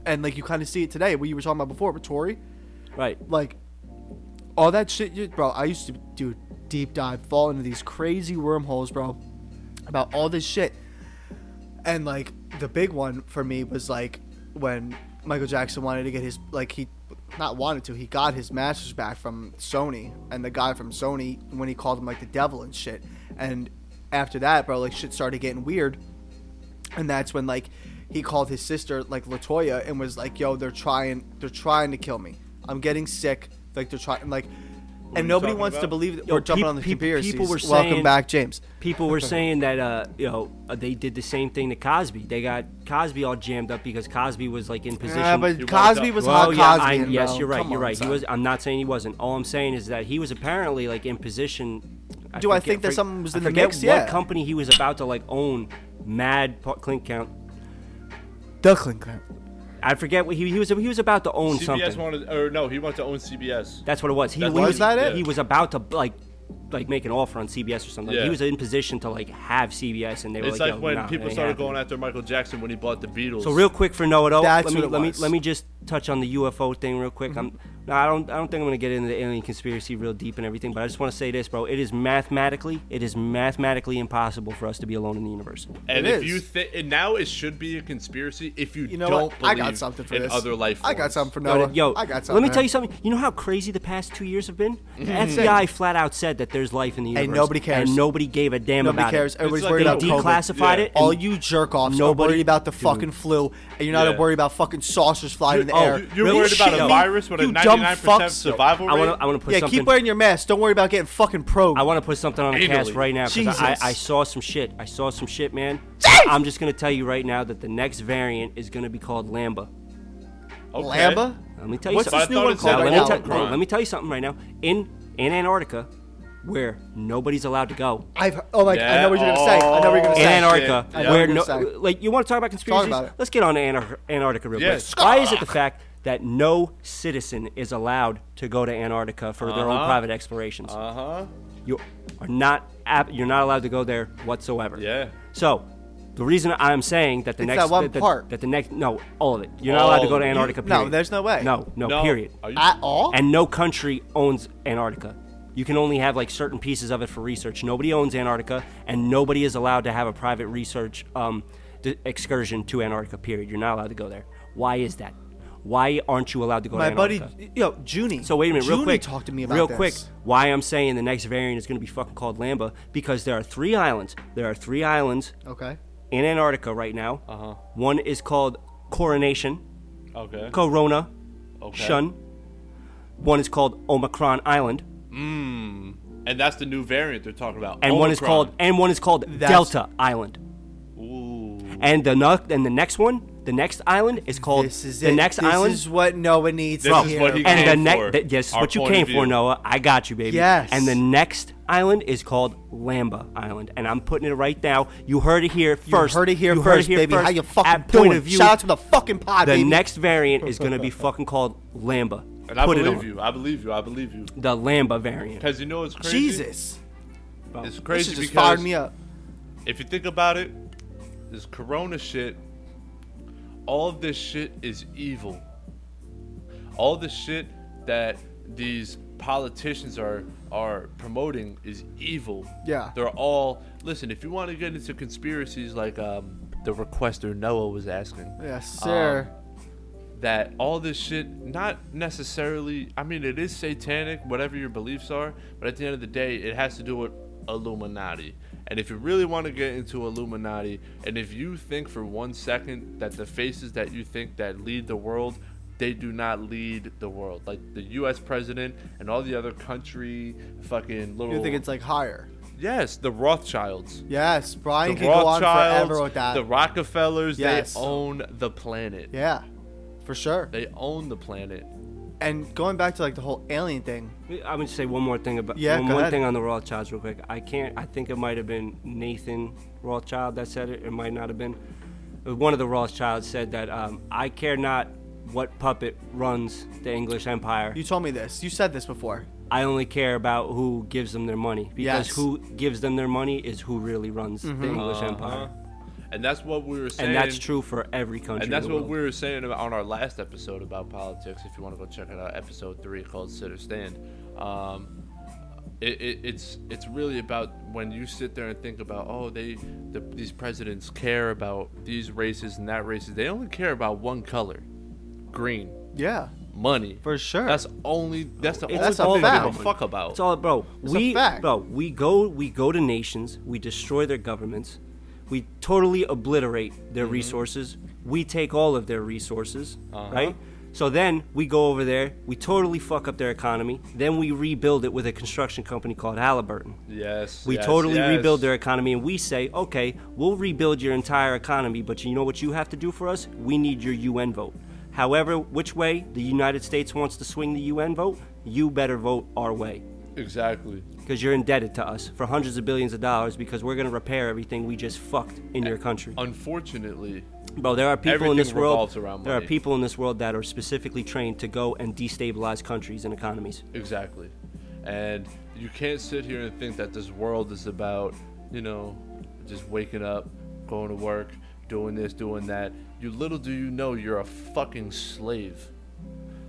C: and like you kind of see it today. What you were talking about before with Tory,
A: right.
C: like all that shit, you, bro. I used to do deep dive, fall into these crazy wormholes, bro, about all this shit. And like the big one for me was like when Michael Jackson wanted to get his like he not wanted to, he got his masters back from Sony and the guy from Sony when he called him like the devil and shit. And after that, bro, like shit started getting weird. And that's when like he called his sister like Latoya and was like, "Yo, they're trying they're trying to kill me. I'm getting sick. Like they're trying like
B: are you
C: and nobody
B: talking
C: wants to
B: about?
C: believe that
A: Yo,
C: we're jumping
A: peop-
C: on the
A: peop-
C: conspiracies.
A: people were
C: Welcome
A: saying-
C: back, James.
A: people
C: (laughs)
A: were saying that uh, you know uh, they did the same thing to Cosby. They got Cosby all jammed up because Cosby was like in position.
C: Yeah,
B: You
C: but
B: wanna
C: Cosby
B: talk-
C: was
A: well,
C: hot
A: yeah,
C: Cosby.
A: I-
C: and
A: yes,
C: bro,
A: you're right.
C: come
A: You're
C: on,
A: right.
C: son.
A: He was. I'm not saying he wasn't. All I'm saying is that he was apparently like in position.
C: Do I
A: forget-
C: think that
A: for-
C: something was
A: I
C: in the
A: forget
C: mix?
A: What
C: Yeah.
A: company he was about to like own? Mad pa- Clink Count.
C: Duckling clamp.
A: I forget what he, he was. He was about to own
B: CBS
A: something.
B: wanted, or no, he wanted to own CBS.
A: That's what it was. He
B: That's
A: he
B: what
A: was
C: it was. Yeah.
A: He was about to like, like make an offer on CBS or something. Like,
B: Yeah.
A: he was in position to like have CBS, and they were
B: It's
A: like,
B: like
A: "Yo,
B: when
A: nah, it
B: people
A: ain't
B: started
A: happening."
B: going after Michael Jackson when he bought the Beatles.
A: So real quick for no it all,
C: That's
A: let me
C: what it
A: let me
C: was.
A: let me just touch on the UFO thing real quick. I'm no, I don't I don't think I'm gonna get into the alien conspiracy real deep and everything, but I just want to say this, bro. It is mathematically it is mathematically impossible for us to be alone in the universe.
B: and
C: It
B: if
C: is.
B: you think and now it should be a conspiracy if you,
C: You know
B: don't
C: what? I
B: believe
C: got something for
B: in
C: this.
B: other life.
C: I got
B: forms.
C: something for
A: Yo,
C: Noah.
A: yo,
C: I got something. Mm-hmm.
A: let me tell you something. You know how crazy the past two years have been? The FBI flat out said that there's life in the universe,
C: nobody cares.
A: and nobody gave a damn
C: Nobody
A: about
C: cares.
A: it.
C: Everybody's
B: like
C: worried
A: They
C: about
B: they
C: COVID.
A: declassified
B: Yeah.
A: it.
C: All
A: and-
C: you jerk offs are
A: Nobody-
C: worried about the
A: Dude.
C: fucking flu, and you're not
B: Yeah.
C: worried about fucking saucers flying in the
A: oh,
C: air.
A: you-
B: You're
A: Really?
B: worried about
A: Shit.
B: a virus with a
C: You dumb
B: 99%
C: fucks.
B: survival rate.
A: I want to I want to put
C: yeah,
A: something.
C: keep wearing your mask. Don't worry about getting fucking probed.
A: I want to put something on the
B: Anally.
A: cast right now because I,
C: Jesus.
A: I saw some shit. I saw some shit, man. I'm just gonna tell you right now that the next variant is gonna be called Lamba.
B: okay.
C: Lamba.
A: Let me tell you
C: What's
A: something.
C: this new
B: I
C: one
B: thought it
C: called
A: Now, let, me
B: said Lamba.
C: right now?
A: tell- bro, let me tell you something right now. In in Antarctica, where nobody's allowed to go.
C: I've oh my! I
B: Yeah.
C: know what you're gonna say. I know what you're gonna
A: In
C: say.
B: Shit.
A: Antarctica,
B: I know
A: where
C: what you're
A: no,
C: gonna say.
A: like you want to talk about conspiracies?
C: about it.
A: Let's get on to Anar- Antarctica real
B: Yes.
A: quick. Why is it the fact that no citizen is allowed to go to Antarctica for their own
B: Uh-huh.
A: private explorations?
B: Uh
C: Uh-huh.
B: huh.
A: You are not ab- you're not allowed to go there whatsoever.
B: Yeah.
A: So, the reason I'm saying that the
C: It's
A: next
C: that one
A: that, the-
C: part.
A: that the next no all of it you're not allowed to
B: All
A: go to
B: of it.
A: Antarctica.
C: No,
A: Period.
C: there's no way.
A: No, no,
B: No.
A: period.
B: Are you-
C: At all?
A: And no country owns Antarctica. You can only have like certain pieces of it for research. Nobody owns Antarctica, and nobody is allowed to have a private research um, d- excursion to Antarctica. Period. You're not allowed to go there. Why is that? Why aren't you allowed to go
C: my
A: to
C: buddy,
A: Antarctica?
C: yo, Junie.
A: So wait a minute, real
C: Junie
A: quick.
C: Talk to me about
A: real
C: this.
A: quick. Why I'm saying the next variant is going to be fucking called Lamba because there are three islands. There are three islands
C: Okay.
A: in Antarctica right now.
B: Uh-huh.
A: One is called Coronation,
B: Okay.
A: Corona,
B: Okay.
A: Shun. One is called Omicron Island,
B: And that's the new variant they're talking about.
A: and one is called and one is called Delta Island.
B: Ooh.
A: And the nu- and the next one, the next island is called
C: This is
A: Oh, the
C: it.
A: next
C: this
A: island.
C: is what Noah needs
B: This
C: to
B: is
C: hear.
B: what he-
A: and the
B: came
A: next
B: for.
A: th- yes,
B: Our
A: what you
B: point of
A: came for,
B: view.
A: Noah. I got you, baby.
C: Yes.
A: And the next island is called Lamba Island, and I'm putting it right now. You heard it here first.
C: you heard it here
A: You
C: first,
A: heard it here
C: baby.
A: first.
C: How you fucking
A: At
C: doing?
A: point of view,
C: Shout out to the fucking pod,
A: the
C: baby.
A: next variant is going to
C: (laughs)
A: be fucking called Lamba.
B: And I
A: Put it
B: believe
A: on.
B: you. I believe you. I believe you.
A: The Lamba variant.
B: Because you know it's crazy.
C: Jesus.
B: It's
C: This
B: crazy
C: shit just
B: because
C: fired me up.
B: if you think about it, this corona shit, all of this shit is evil. All this shit that these politicians are are promoting is evil.
C: Yeah.
B: They're all listen, if you want to get into conspiracies like um the requester Noah was asking
C: Yes, sir.
B: that all this shit not necessarily I mean it is satanic whatever your beliefs are but at the end of the day it has to do with Illuminati and if you really want to get into Illuminati and if you think for one second that the faces that you think that lead the world they do not lead the world like the US president and all the other country fucking little
C: you think it's like higher?
B: yes the Rothschilds
C: Yes, Brian
B: the
C: could go on
B: Rothschilds
C: forever with that.
B: the Rockefellers
C: Yes.
B: they own the planet
C: yeah, for sure.
B: they own the planet
C: And going back to like the whole alien thing,
A: I would say one more thing about
C: Yeah,
A: one,
C: go
A: one
C: ahead.
A: thing on the Rothschilds real quick. I can't. I think it might have been Nathan Rothschild that said it. It might not have been. Uh, One of the Rothschilds said that um, I care not what puppet runs the English Empire.
C: you told me this. You said this before.
A: I only care about who gives them their money because
C: Yes. Mm-hmm.
A: who gives them their money is who really runs the English Empire,
B: Uh-huh. And that's what we were saying.
A: and that's true for every country.
B: And that's
A: in the
B: what we
A: world.
B: were saying about, on our last episode about politics. If you want to go check it out, episode three called "Sit or Stand." Um, it, it, it's it's really about when you sit there and think about oh they the, these presidents care about these races and that races. They only care about one color, green,
C: Yeah,
B: money.
C: for sure.
B: That's only that's the
A: It's
B: only
C: that's a
B: thing they give a
C: fact.
B: fuck about.
A: It's all, bro.
C: It's a
A: we,
C: fact.
A: bro, we go, we go to nations, we destroy their governments, we
C: Mm-hmm. Uh-huh.
A: totally obliterate their resources, we take all of their resources, right? So then we go over there, we totally fuck up their economy. Then we rebuild it with a construction company called Halliburton.
B: Yes.
A: We
B: yes,
A: totally
B: yes.
A: rebuild their economy and we say, okay, we'll rebuild your entire economy, but you know what you have to do for us? We need your UN vote. However, which way the United States wants to swing the UN vote, you better vote our way.
B: Exactly.
A: Because you're indebted to us for hundreds of billions of dollars because we're going to repair everything we just fucked in your country.
B: Unfortunately,
A: Bro, there are people in
B: Everything
A: this world.
B: revolves around
A: There are
B: money.
A: people in this world that are specifically trained to go and destabilize countries and economies.
B: exactly. And you can't sit here and think that this world is about, you know, just waking up, going to work, doing this, doing that. You little do you know you're a fucking slave.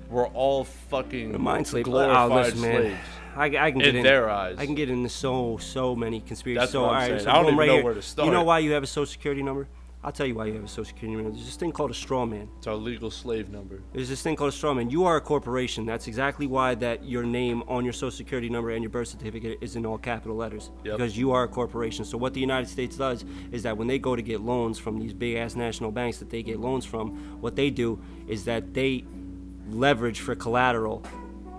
B: We're all fucking
A: Mind slave. Oh,
B: glorified
A: listen, man.
B: slaves.
A: I, I can
B: In
A: get in
B: their eyes.
A: I can get into so so many conspiracies.
B: That's
A: so,
B: what I'm
A: all right,
B: saying.
A: so
B: I don't
A: one
B: even
A: right
B: know
A: here.
B: where to
A: You know
B: start.
A: why you have a social security number? I'll tell you why you have a social security number. There's this thing called a straw man.
B: It's our legal slave number.
A: There's this thing called a straw man. You are a corporation. That's exactly why that your name on your social security number and your birth certificate is in all capital letters.
B: Yep.
A: Because you are a corporation. So what the United States does is that when they go to get loans from these big ass national banks that they get loans from, what they do is that they leverage for collateral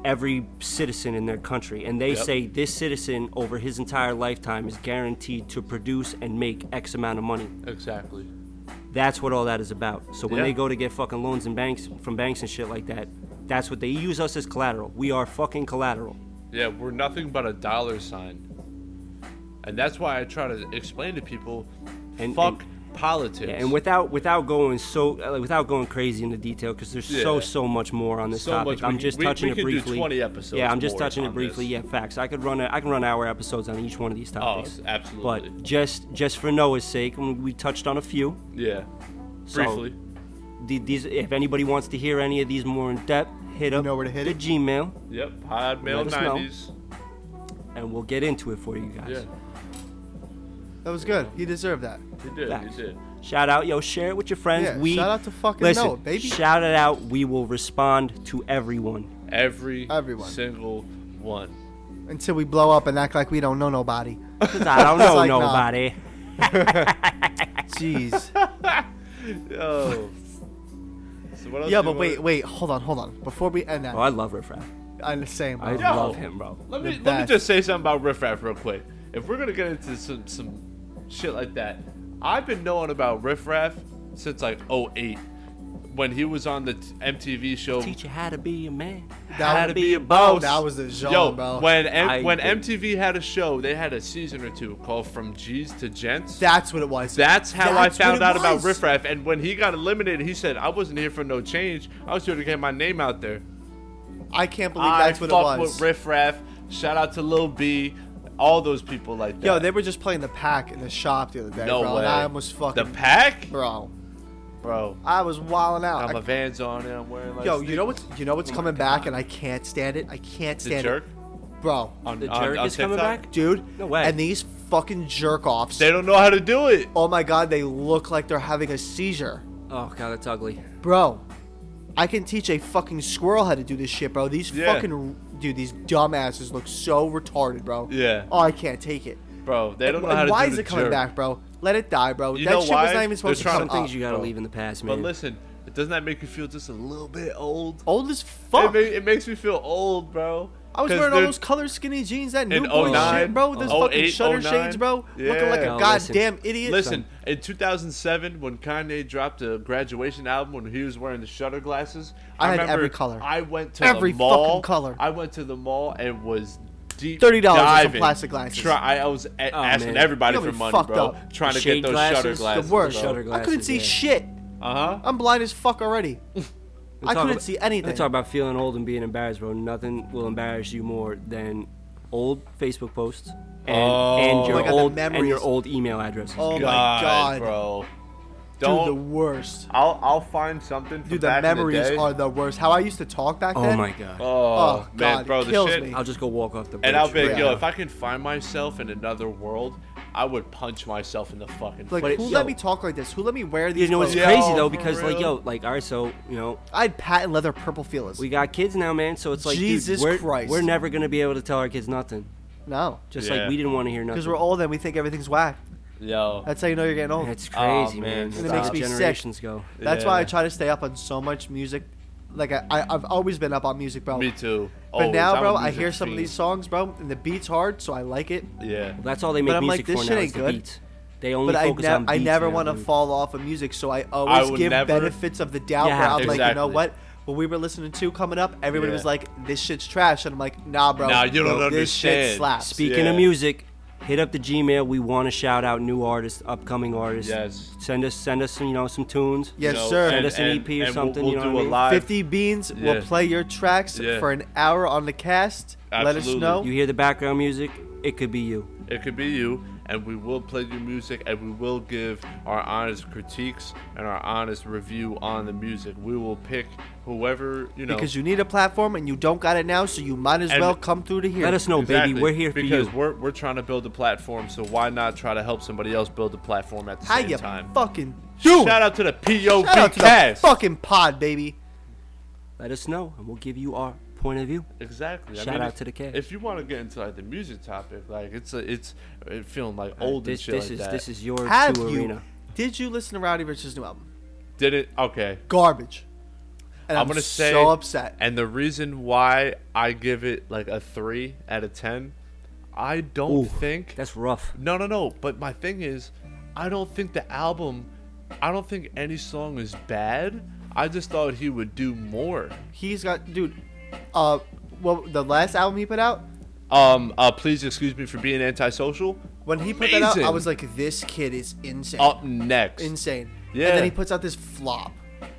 A: every citizen in their country and they
B: Yep.
A: say this citizen over his entire lifetime is guaranteed to produce and make x amount of money
B: Exactly.
A: that's what all that is about. So when
B: Yeah.
A: they go to get fucking loans and banks from banks and shit like that, that's what they use us as collateral. We are fucking collateral.
B: Yeah, we're nothing but a dollar sign. And that's why I try to explain to people
A: And-
B: fuck politics.
A: Yeah, and without without going so uh, like, without going crazy into detail because there's so
B: Yeah.
A: so much more on this
B: So
A: topic.
B: much. We
A: I'm
B: can-
A: just
B: we- we
A: touching
B: could
A: it
B: do
A: briefly.
B: 20 episodes
A: Yeah, I'm just
B: more
A: touching it
B: on
A: briefly.
B: this. Oh,
A: Yeah, facts. I could run a, I can run hour episodes on each one of these topics.
B: absolutely.
A: But just just for Noah's sake, and we touched on a few.
B: yeah.
A: So-
B: Briefly.
A: The- These, if anybody wants to hear any of these more in depth, hit up
C: know where to hit
A: the
C: it.
A: Gmail,
B: yep. Hot male
A: Let us know.
B: 90s.
A: and we'll get into it for you guys.
B: Yeah.
C: That was good. He deserved that.
B: He did.
A: Facts.
B: He did.
A: Shout out, yo, share it with your friends.
C: Yeah,
A: we
C: shout out to fucking
A: listen,
C: Noah, baby.
A: Shout it out. We will respond to everyone.
B: Every
C: Everyone.
B: single one.
C: Until we blow up and act like we don't
B: (laughs)
C: know nobody.
A: 'Cause I
C: (laughs)
A: don't know
C: It's like, nah.
A: nobody.
C: Jeez.
B: Yo. (laughs) so what else
C: yeah,
B: do you
C: but wait,
B: wanna-
C: wait, hold on, hold on. Before we end that,
A: Oh, I love Riff Raff.
C: I'm the same.
A: I
C: bro.
B: Yo.
A: love him, bro.
B: Let
C: the
B: me let me
C: best.
B: just say something about Riff Raff real quick. If we're gonna get into some some shit like that, I've been knowing about Riff Raff since like 08 when he was on the t- MTV show.
A: Teach you how to be a man.
C: That
A: how
C: would
A: to
C: be
A: be a
C: a-
A: boss.
C: Oh, that was the genre,
B: Yo,
C: bro.
B: when M-
A: I
B: when
A: agree.
B: MTV had a show, they had a season or two called From G's to Gents.
C: That's what it was.
B: That's how
C: That's
B: I found
C: what it
B: out about
C: was.
B: Riff Raff. And when he got eliminated, he said, "I wasn't here for no change. I was here to get my name out there."
C: I can't believe
B: I
C: that's what
B: fuck
C: it was.
B: with Riff Raff. Shout out to Lil B, all those people like that.
C: Yo, they were just playing the pack in the shop the other day,
B: No
C: bro.
B: way.
C: And I almost fucking,
B: the pack,
C: bro.
B: bro.
C: I was wilding out.
B: I'm
C: I-
B: a Vans on and I'm wearing like.
C: yo, you know what's you know what's coming back, and I can't stand it. I can't
B: the
C: stand
B: jerk?
C: it, bro.
B: On,
A: The
B: on-
A: jerk
B: on
A: is coming
B: TikTok?
A: back.
C: Dude,
A: No way.
C: And these fucking jerk offs.
B: They don't know how to do it.
C: Oh my god, they look like they're having a seizure,
A: Oh god, that's ugly.
C: bro. I can teach a fucking squirrel how to do this shit, bro. These
B: Yeah.
C: fucking dude, these dumbasses look so retarded, bro.
B: Yeah.
C: Oh, I can't take it.
B: Bro, they don't know
C: And
B: how to
C: why
B: do
C: is
B: the
C: it coming
B: jerk.
C: back, bro? Let it die, bro.
B: You
C: that
B: know
C: shit
B: why?
C: was not even supposed
B: They're
C: to
A: Some
B: trying
C: come
B: to-
C: up.
B: (laughs)
A: things you gotta
B: bro.
A: leave in the past,
B: But
A: man.
B: listen, it doesn't that make you feel just a little bit old?
C: Old as
B: It,
C: fuck.
B: ma- it makes me feel old, bro.
C: I was
B: 'Cause
C: wearing all
B: they're-
C: those color skinny jeans, that
B: In
C: new boy
B: 09,
C: shit, bro. With
B: 08,
C: those fucking shutter
B: 09.
C: shades, bro. Looking
B: Yeah.
C: like a
A: No, listen.
C: goddamn idiot.
B: Listen, in 2007, when Kanye dropped a graduation album, when he was wearing the shutter glasses,
C: I had
B: remember
C: every color.
B: I went to
C: Every
B: the mall,
C: fucking color.
B: I went to the mall and was deep
C: $30 for some
B: diving,
C: plastic glasses. Oh,
B: Try, I, I was a- asking
A: man.
B: everybody
C: You got
B: for
C: me
B: money,
C: fucked
B: bro.
C: up.
B: Trying to
A: Shade
B: get those shutter
A: glasses, the
B: glasses.
C: the worst.
A: the shutter
C: I couldn't see
A: glasses,
C: shit.
B: Uh huh.
C: I'm blind as fuck already.
A: (laughs)
C: I couldn't see anything.
A: Let's talk about feeling old and being embarrassed, bro. Nothing will embarrass you more than old Facebook posts and,
B: Oh.
A: and
B: Oh
A: your
B: my God,
C: the
A: old and your
C: memories.
A: old email addresses.
C: Oh my
B: God,
C: god,
B: bro.
C: dude,
B: Don't.
C: the worst.
B: I'll I'll find something. From
C: Dude, the
B: back in
C: memories
B: day.
C: are the worst. How I used to talk back
A: Oh
C: then.
A: my god.
B: Oh,
C: Oh,
B: man,
C: God,
B: bro,
C: it
B: the
C: kills
B: shit.
C: me.
A: I'll just go walk off the bridge.
B: And I'll be like, yo,
C: Yeah.
B: if I can find myself in another world, I would punch myself in the fucking
C: Like,
A: But it-
C: who
A: yo.
C: let me talk like this? Who let me wear these
A: You know what's
C: clothes?
B: Yeah,
A: crazy though,
B: for
A: because like
B: real.
A: yo, like all right, so you know,
C: I had patent leather purple feelers.
A: we got kids now, man. So it's like, dude,
C: Jesus
A: we're,
C: Christ.
A: we're never gonna be able to tell our kids nothing.
C: no,
A: Just
B: Yeah.
A: like we didn't want to hear nothing.
C: because we're old and we think everything's whack.
B: Yo.
C: That's how you know you're getting old.
A: That's
B: Oh,
A: crazy, man.
B: man,
A: That's
B: And it
A: how
C: makes me sick.
A: generations go.
C: That's why I
B: Yeah.
C: try to stay up on so much music like I, I I've always been up on music, bro.
B: Me too.
C: But
B: Always. I'm
C: now,
B: a
C: bro, I
B: music
C: hear some of
B: fiend.
C: these songs, bro, and the beat's hard, so I like it.
B: Yeah.
A: That's all they make
C: I'm like,
A: music
C: this
A: for
C: shit
A: now.
C: ain't
A: Is the
C: good.
A: beats. They only
C: But I,
A: focus
C: ne-
A: on beats
C: I never
A: now,
C: want to
A: dude.
C: fall off of music, so I always
B: would
C: give
B: never-
C: benefits of the doubt.
A: Yeah,
C: where I'm like, you know
B: exactly.
C: what? What we were listening to coming up, everybody
B: Yeah.
C: was like, "This shit's trash," and I'm like, "Nah, bro.
B: Nah, you don't
C: This shit
B: understand."
C: slaps."
A: Speaking
B: Yeah.
A: of music, hit up the Gmail. We want to shout out new artists, upcoming artists.
B: Yes.
A: Send us, send us, you know, some tunes.
C: Yes,
B: You know,
C: sir. E
A: Send us an EP or
B: we'll-
A: something,
B: We'll,
A: you know
B: do
A: what I
B: a
A: mean?
B: live.
C: 50 Beans will
B: Yeah.
C: play your tracks
B: Yeah.
C: for an hour on the cast. Let us
B: Absolutely.
C: know.
A: You hear the background music? It could be you.
B: It could be you, and we will play your music, and we will give our honest critiques and our honest review on the music. We will pick whoever you know.
C: Because you need a platform and you don't got it now, so you might as
B: And-
C: well come through to here.
A: Let us know, baby.
B: Exactly,
A: We're here for
B: because
A: you.
B: we're we're trying to build a platform, so why not try to help somebody else build a platform at the
C: How
B: same
C: you
B: time?
C: fucking doing?
B: Shout out to the POV
C: Shout out to the
B: cast.
C: fucking pod, baby.
A: Let us know, and we'll give you our point of view.
B: Exactly.
A: Shout out to the cast.
B: If you want to get into like the music topic, like it's a, it's it feeling like
A: All right,
B: old
A: this,
B: and shit
A: this
B: like
A: is
B: that.
A: this is your
C: Have
A: two
C: you?
A: arena.
C: Did you listen to Rowdy Rich's new album?
B: Did it? Okay.
C: Garbage. And
B: I'm,
C: I'm,
B: gonna
C: so
B: say
C: upset.
B: And the reason why I give it like a three out of ten, I
A: Ooh,
B: don't think
A: That's rough.
B: no no no. But my thing is, I don't think the album, I don't think any song is bad. I just thought he would do more.
C: He's got, dude. Uh, well, the last album he put out,
B: Um, uh, please excuse me for being antisocial.
C: when he put that out, I
B: Amazing.
C: was like, this kid is insane,
B: Up next,
C: insane. And
B: Yeah.
C: then he puts out this flop.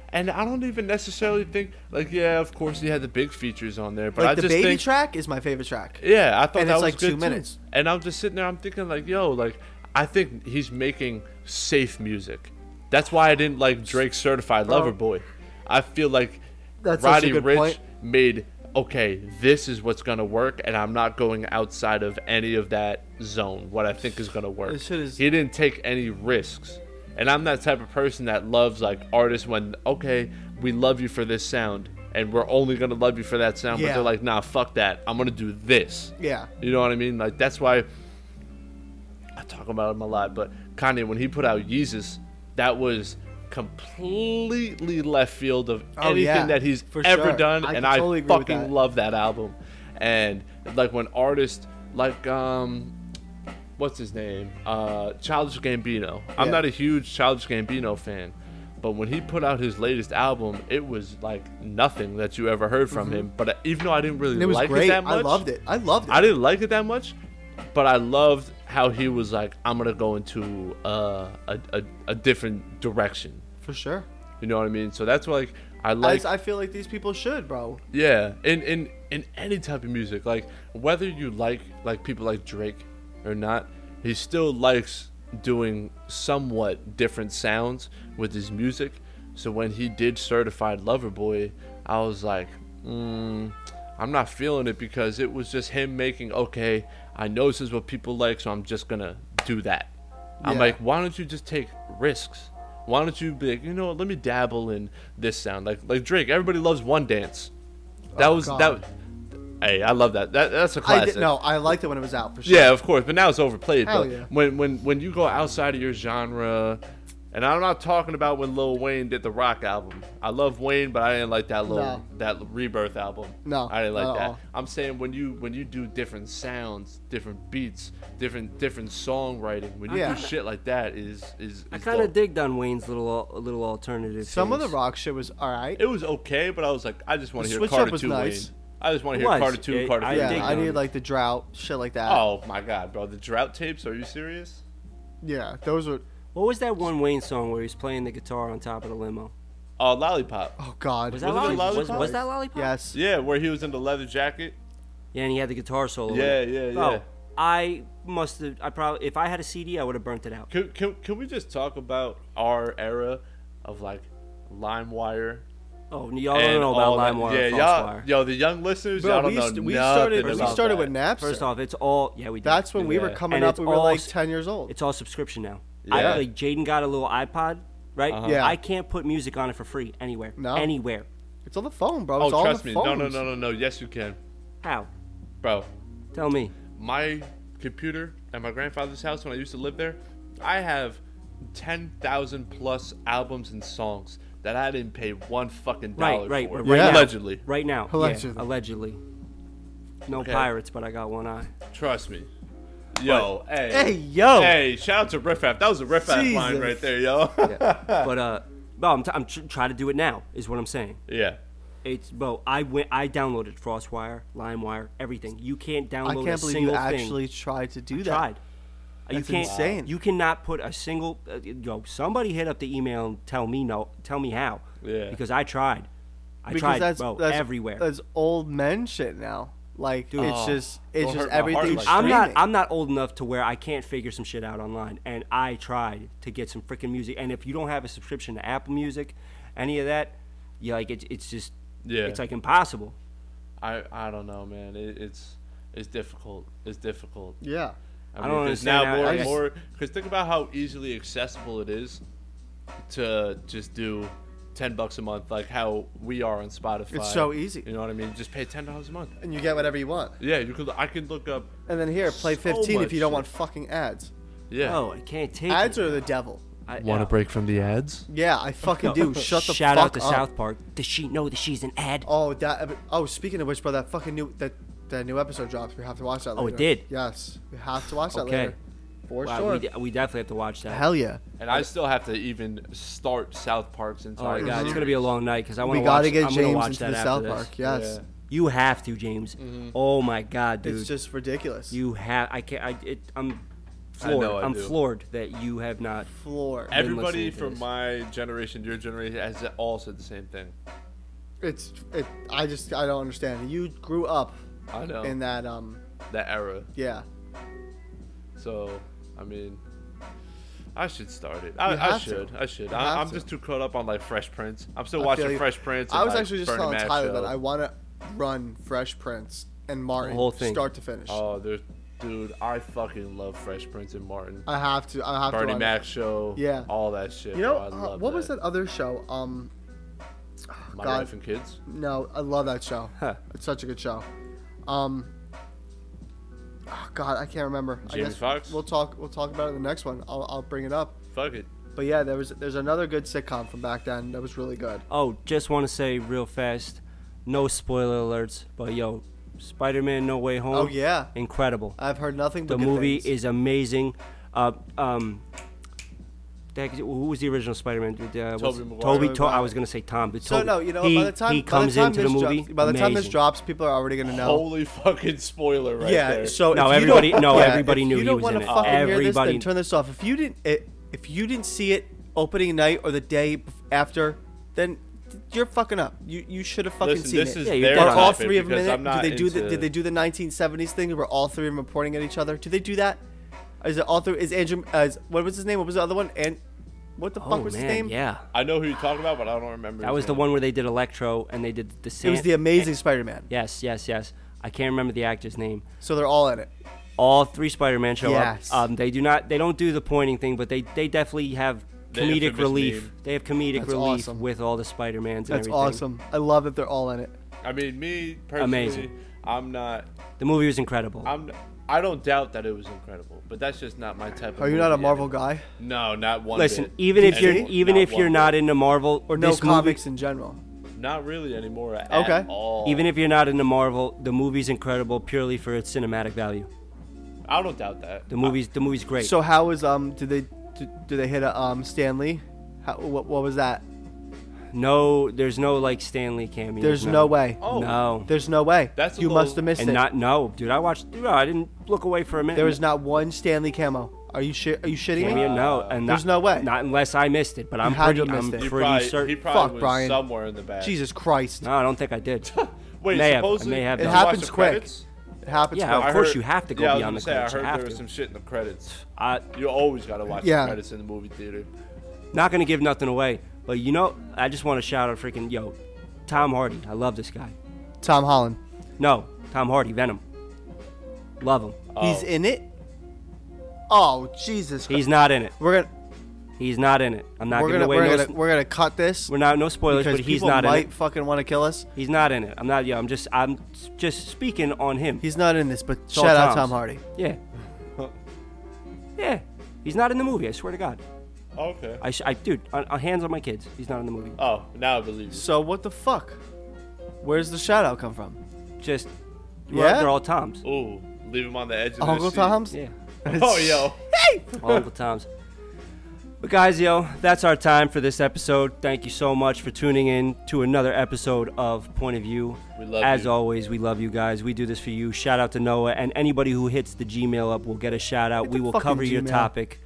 B: and I don't even necessarily think like yeah, of course he had the big features on there, but
C: Like
B: I
C: the
B: just
C: baby
B: think
C: track is my favorite track.
B: Yeah, I thought
C: And
B: that
C: it's
B: was
C: like
B: good
C: two
B: too.
C: minutes.
B: And I'm just sitting there, I'm thinking like, yo, like I think he's making safe music. That's why I didn't like Drake Certified
C: Bro.
B: Lover Boy. I feel like
C: That's such a
B: Roddy
C: good
B: Rich
C: point.
B: made okay, this is what's gonna work, and I'm not going outside of any of that zone. What I think is gonna work.
C: This shit is-
B: He didn't take any risks. And I'm that type of person that loves like artists when okay, we love you for this sound, and we're only gonna love you for that sound. But
C: Yeah.
B: they're like, nah, fuck that. I'm gonna do this.
C: Yeah.
B: You know what I mean? Like that's why I talk about him a lot, but Kanye when he put out Yeezus, that was completely left field of
C: Oh,
B: anything
C: yeah,
B: that he's
C: for
B: ever
C: sure.
B: done
C: I
B: and
C: can
B: I
C: totally agree with
B: fucking
C: that.
B: love that album. And like when artists like um what's his name? Uh Childish Gambino. I'm
C: Yeah.
B: not a huge Childish Gambino fan, but when he put out his latest album, it was like nothing that you ever heard from him. But uh, even though I didn't really
C: Mm-hmm. And it was
B: like
C: great.
B: it that much,
C: I loved it. I loved it.
B: I didn't like it that much, but I loved how he was like, I'm gonna go into uh, a, a a different direction.
C: For sure.
B: You know what I mean? So that's why, like I
C: I-
B: like
C: I feel like these people should, bro.
B: yeah, in in in any type of music, like whether you like like people like Drake or not, he still likes doing somewhat different sounds with his music. So when he did Certified Lover Boy, I was like, mm, I'm not feeling it because it was just him making okay. I know this is what people like, so I'm just gonna do that. I'm
C: Yeah.
B: like, why don't you just take risks? Why don't you be like, you know what, let me dabble in this sound. Like like Drake, everybody loves one dance. That
C: Oh,
B: was
C: God.
B: that. Hey, I love that. that that's a
C: I
B: classic.
C: did, no, I liked it when it was out for sure.
B: Yeah, of course, but now it's overplayed.
C: Hell
B: but
C: yeah.
B: when when when you go outside of your genre, and I'm not talking about when Lil Wayne did the Rock album. I love Wayne, but I didn't like that little
C: No.
B: that Rebirth album.
C: No,
B: I didn't
C: not
B: like
C: at
B: that.
C: all.
B: I'm saying when you when you do different sounds, different beats, different different songwriting, when you
C: Yeah.
B: do shit like that is is. is
A: I kind of
B: dope.
A: dig Don Wayne's little al- little alternative.
C: Some of the
A: phase.
C: rock shit was all right.
B: It was okay, but I was like, I just want
C: The
B: to hear
C: switch up
B: Carter
C: was
B: Two
C: nice.
B: Wayne. I just want to
A: It
B: hear
A: was.
B: Carter Two,
A: It-
B: Carter
A: I
B: Three.
A: dig
C: yeah, I
A: on
C: needed
A: it.
C: like the drought shit like that.
B: Oh my god, bro, the drought tapes. Are you serious?
C: yeah, those were.
A: What was that one Wayne song where he's playing the guitar on top of the limo?
B: Uh, lollipop.
C: Oh God.
A: Was that
B: Was it a
A: lollipop? Was,
B: Lollipop?
A: was that lollipop?
C: Yes.
B: Yeah, where he was in the leather jacket.
A: Yeah, and he had the guitar solo. in
B: Yeah,
A: it.
B: yeah,
A: Bro,
B: yeah.
A: I must have. I probably, if I had a CD, I would have burnt it out.
B: Can, can, can we just talk about our era of like LimeWire?
A: Oh, and y'all don't know
B: all
A: about
B: that-
A: LimeWire,
B: Yeah,
A: Foxwire.
B: y'all, yo, the young listeners,
C: Bro,
B: y'all don't
C: we
B: know
C: st- we
B: nothing
C: started- we
B: about
C: started
B: that.
C: with Napster.
A: First off, it's all. Yeah, we did.
C: That's when we were
B: Yeah.
C: coming
A: And
C: up.
A: it's
C: We were
A: all
C: like
A: s-
C: ten years old.
A: It's all subscription now. I,
B: Yeah. Uh-huh.
A: like Jaden got a little iPod, right?
C: Yeah.
A: I can't put music on it for free anywhere.
C: No.
A: Anywhere.
C: It's on the phone, bro. It's
B: Oh,
C: all
B: trust
C: on
B: me.
C: the
B: No,
C: phone.
B: no, no, no, no. Yes, you can,
A: How?
B: bro.
A: Tell me.
B: My computer at my grandfather's house when I used to live there, I have ten thousand plus albums and songs that I didn't pay one fucking
A: Right,
B: dollar
A: right,
B: for.
A: right
C: now.
B: Allegedly.
A: Right now. yeah,
C: Allegedly.
A: allegedly. No
B: Okay.
A: pirates, but I got one eye.
B: Trust me. Yo, hey.
C: Hey, yo.
B: Hey, shout out to Riff Raff. That was a Riff Raff line
C: Jesus.
B: right there, yo.
A: But uh, bro, I'm, t- I'm tr- trying to do it now. Is what I'm saying.
B: (laughs) yeah.
A: It's bro. I went. I downloaded FrostWire, LimeWire, everything. You can't
C: I
A: download a
C: can't believe you
A: single thing.
C: actually tried to do that.
A: tried.
C: That's
A: you can't,
C: insane.
A: You cannot put a single. Uh, yo, somebody hit up the email and tell me no. Tell me how.
B: Yeah.
A: Because I tried. I tried, bro. everywhere.
C: That's old men shit now. Like it's
B: Oh.
C: just it's
B: Don't
C: just
B: hurt my heart
C: everything.
B: like that.
A: I'm not.
C: streaming.
A: I'm not old enough to where I can't figure some shit out online, and I tried to get some freaking music. And if you don't have a subscription to Apple Music, any of that, you like it's it's just
B: Yeah.
A: it's like impossible.
B: I, I don't know, man. It, it's it's difficult. It's difficult.
C: yeah.
A: I don't
B: there's
A: understand
B: now
A: how-
B: more
A: I
B: and
A: just-
B: more. Because think about how easily accessible it is to just do ten bucks a month, like how we are on Spotify.
C: It's so easy.
B: You know what I mean? Just pay ten dollars a month.
C: And you get whatever you want.
B: Yeah, you could. I can look up.
C: And then here, play
B: So
C: 15 if
B: much
C: you don't
B: shit.
C: want fucking ads.
B: Yeah.
A: Oh, I can't take
C: Ads
A: it.
C: are the devil.
A: I-
B: Want
A: yeah.
B: to break from the ads?
C: Yeah, I fucking
A: (laughs)
C: do. Shut the
A: Shout
C: fuck
A: out to
C: up.
A: South Park. Does she know that she's an ad?
C: Oh, that. Oh, speaking of which, bro, that fucking new that that new episode drops. We have to watch that.
A: Oh,
C: later.
A: it did?
C: Yes, we have to watch that
A: Okay.
C: later. For
A: Wow,
C: sure.
A: we, de- we definitely have to watch that.
C: Hell yeah.
B: And I still have to even start South Park's
A: Oh my
B: entire.
A: god, it's
B: series.
A: gonna be a long night because I want
C: We
A: to
C: gotta
A: watch.
C: get
A: I'm gonna
C: James
A: watch
C: into
A: that
C: the
A: after
C: South
A: this.
C: Park. Yes,
B: Yeah.
A: You have to, James. Oh my god, dude.
C: it's just ridiculous.
A: you have. I can't. I, it, I'm
B: I know
A: floored.
B: I
A: I'm
B: do.
A: floored that you have not.
C: floor.
A: Every-
B: Everybody
A: listening to
B: from
A: this.
B: my generation, your generation, has all said the same thing.
C: It's it. I just I don't understand. You grew up
B: I know
C: in that um
B: that era.
C: yeah.
B: So, I mean, I should start it. I,
C: You
B: I
C: have to.
B: should. I should.
C: You
B: I,
C: have
B: I'm
C: to.
B: just too caught up on like Fresh Prince. I'm still
C: I feel
B: watching
C: you.
B: Fresh Prince.
C: I
B: and,
C: was
B: like,
C: actually just
B: Bernie
C: telling
B: Mac
C: Tyler
B: show.
C: that I want to run Fresh Prince and Martin
A: whole thing.
C: start to finish.
B: Oh, there's, dude, I fucking love Fresh Prince and Martin.
C: I have to. I have to.
B: Bernie
C: run it.
B: Mac show.
C: Yeah.
B: All that shit.
C: You know
B: bro. I
C: uh,
B: love
C: what was that other show? Um,
B: My
C: God.
B: wife and kids.
C: no, I love that show.
A: Huh.
C: It's such a good show. Um, oh God, I can't remember. I
B: Jamie
C: guess
B: Foxx?
C: We'll talk. We'll talk about it in the next one. I'll, I'll bring it up.
B: Fuck it.
C: But yeah, there was there's another good sitcom from back then that was really good.
A: Oh, just want to say real fast, no spoiler alerts, but yo, Spider-Man: No Way Home.
C: Oh yeah,
A: incredible.
C: I've heard nothing but
A: the
C: good
A: movie
C: things.
A: is amazing. Uh, um, the heck is- who was the original Spider-Man? Uh, was-
B: Tobey Maguire.
A: Toby.
C: Tobey
A: To- I
C: Maguire.
A: was gonna say Tom, but
C: So
A: Toby.
C: no, you know
A: he,
C: by the time
A: he comes
C: by the time
A: into the
C: this
A: movie,
C: drops, by the time this
A: amazing.
C: drops, people are already gonna know.
B: Holy (laughs) fucking spoiler right
C: yeah,
B: there.
C: so
A: No,
C: if you
A: everybody-
C: don't-
A: no,
C: yeah,
A: everybody
C: if
A: knew
C: you
A: he
C: don't
A: was
C: wanna
A: in it.
C: Fucking hear this,
A: Everybody-
C: then turn this off. If you didn't, it, if you didn't see it opening night or the day bef- after, then you're fucking up. You you should have fucking
B: Listen,
C: seen
B: this
C: it.
B: is
A: Yeah,
B: yeah,
A: you
B: their
A: got
C: Are
A: Fair
C: all
B: topic
C: three of them
B: because
C: in it?
B: I'm not
C: do they do
B: into...
C: the, did they do the 1970s thing where all three of them are pointing at each other? Do they do that? Is it all three? Is Andrew? Uh, is, what was his name? What was the other one? And what the
A: Oh
C: fuck was
A: man,
C: his name?
A: yeah.
B: I know who you're talking about, but I don't remember.
A: That
B: his
A: was the
B: name.
A: one where they did Electro and they did the
C: It
A: same.
C: was the Amazing Spider-Man.
A: Yes, yes, yes. I can't remember the actor's name.
C: So they're all in it.
A: All three Spider-Man show
C: Yes.
A: up. Um, they do not. They don't do the pointing thing, but they they definitely have
B: The
A: comedic
B: infamous
A: relief.
B: meme.
A: They have comedic
C: That's
A: relief
C: awesome.
A: with all the Spider-Mans. And
C: That's
A: everything.
C: awesome. I love that they're all in it.
B: I mean, me personally,
A: Amazing.
B: I'm not.
A: The movie was incredible.
B: I'm. I don't doubt that it was incredible, but that's just not my type. of
C: Are you not a
B: movie
C: Marvel
B: anyway.
C: guy
B: No, not one.
A: Listen,
B: bit.
A: even if you're
B: Anymore.
A: even if
B: one
A: you're
B: bit.
A: not into Marvel
C: or no
A: this movie,
C: comics in general?
B: not really anymore. At
C: Okay.
B: All.
A: even if you're not into Marvel, the movie's incredible purely for its cinematic value.
B: I don't doubt that.
A: The movie's the movie's great.
C: Uh, So how was um? Did they do, do they hit a um Stanley? How, what, what was that?
A: no, there's no like Stanley cameo.
C: There's no way.
B: Oh.
A: No.
C: There's no way.
B: That's a
C: you
B: little-
C: must have missed
A: and
C: it.
A: not no, dude. I watched. Dude, I didn't look away for a minute.
C: there was not one Stanley camo. Are you shi- Are you shitting
A: Cameo?
C: me?
A: no, and
C: There's
A: not-
C: no way.
A: Not unless I missed it, but I'm
C: had to
A: pretty,
C: have
A: I'm
C: missed it.
B: He
A: pretty
B: probably, he
A: certain.
B: probably
C: Fuck,
B: was
C: Brian.
B: somewhere in the back.
C: Jesus Christ!
A: No, I don't think I
B: (laughs)
A: did.
B: Wait,
A: May have, I
B: supposedly
A: may have
C: It
B: you
A: done.
B: watched
C: happens
B: the
C: quick.
B: credits?
C: It happens.
A: Yeah,
C: quick.
A: of
B: I
A: course
B: heard-
A: you have to go
B: yeah, I was
A: beyond
B: gonna
A: the
B: say,
A: credits.
B: I
A: You
B: heard
A: have
B: there was
A: to.
B: some shit in
A: (sighs)
B: the credits.
A: I,
B: You always gotta watch
C: Yeah.
B: the credits in the movie theater.
A: not gonna give nothing away, but you know, I just want to shout out freaking yo, Tom Hardy. I love this guy.
C: Tom Holland.
A: No, Tom Hardy, Venom. Love him.
C: He's
B: Oh.
C: in it. Oh Jesus! Christ.
A: He's not in it.
C: We're gonna
A: He's not in it. I'm not
C: we're
A: giving
C: gonna
A: away
C: we're
A: no.
C: gonna,
A: s-
C: we're gonna cut this
A: we're not no spoilers,
C: because
A: but he's
C: people
A: not in
C: might
A: it.
C: fucking want to kill us.
A: He's not in it. I'm not. Yeah, I'm just. I'm s- just speaking on him.
C: He's not in this, but
A: all
C: shout out
A: Tom's.
C: (laughs) Tom Hardy.
A: yeah. yeah. He's not in the movie. I swear to God.
B: Okay.
A: I, sh- I dude, on, on hands on my kids. He's not in the movie.
B: Oh, now I believe you.
C: So what the fuck? Where's the shout out come from?
A: Just, well,
C: Yeah?
A: they're all Toms.
B: Ooh, leave him on the edge of their
C: Uncle
B: seat.
C: Tom's? (laughs)
A: Yeah,
B: Oh, yo.
A: (laughs)
B: (laughs)
A: all Uncle Toms. But guys, yo, that's our time for this episode. Thank you so much for tuning in to another episode of Point of View.
B: We love
A: As
B: you.
A: always, we love you guys. We do this for you. Shout out to Noah and anybody who hits the Gmail up will get a shout out.
C: Hit
A: We
C: the
A: will
C: fucking
A: cover your
C: Gmail.
A: topic.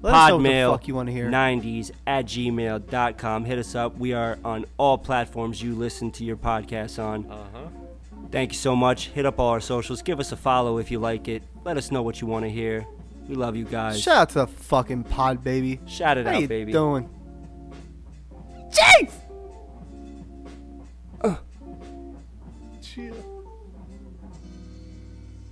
C: Let us know what the
A: Podmail
C: fuck you wanna hear.
A: 90s at gmail.com. Hit us up. We are on all platforms you listen to your podcasts on.
B: Uh huh.
A: Thank you so much. Hit up all our socials. Give us a follow if you like it. Let us know what you want to hear. We love you guys.
C: Shout out to the fucking pod baby.
A: Shout it
C: How
A: out,
C: you
A: baby.
C: doing?
B: Chill.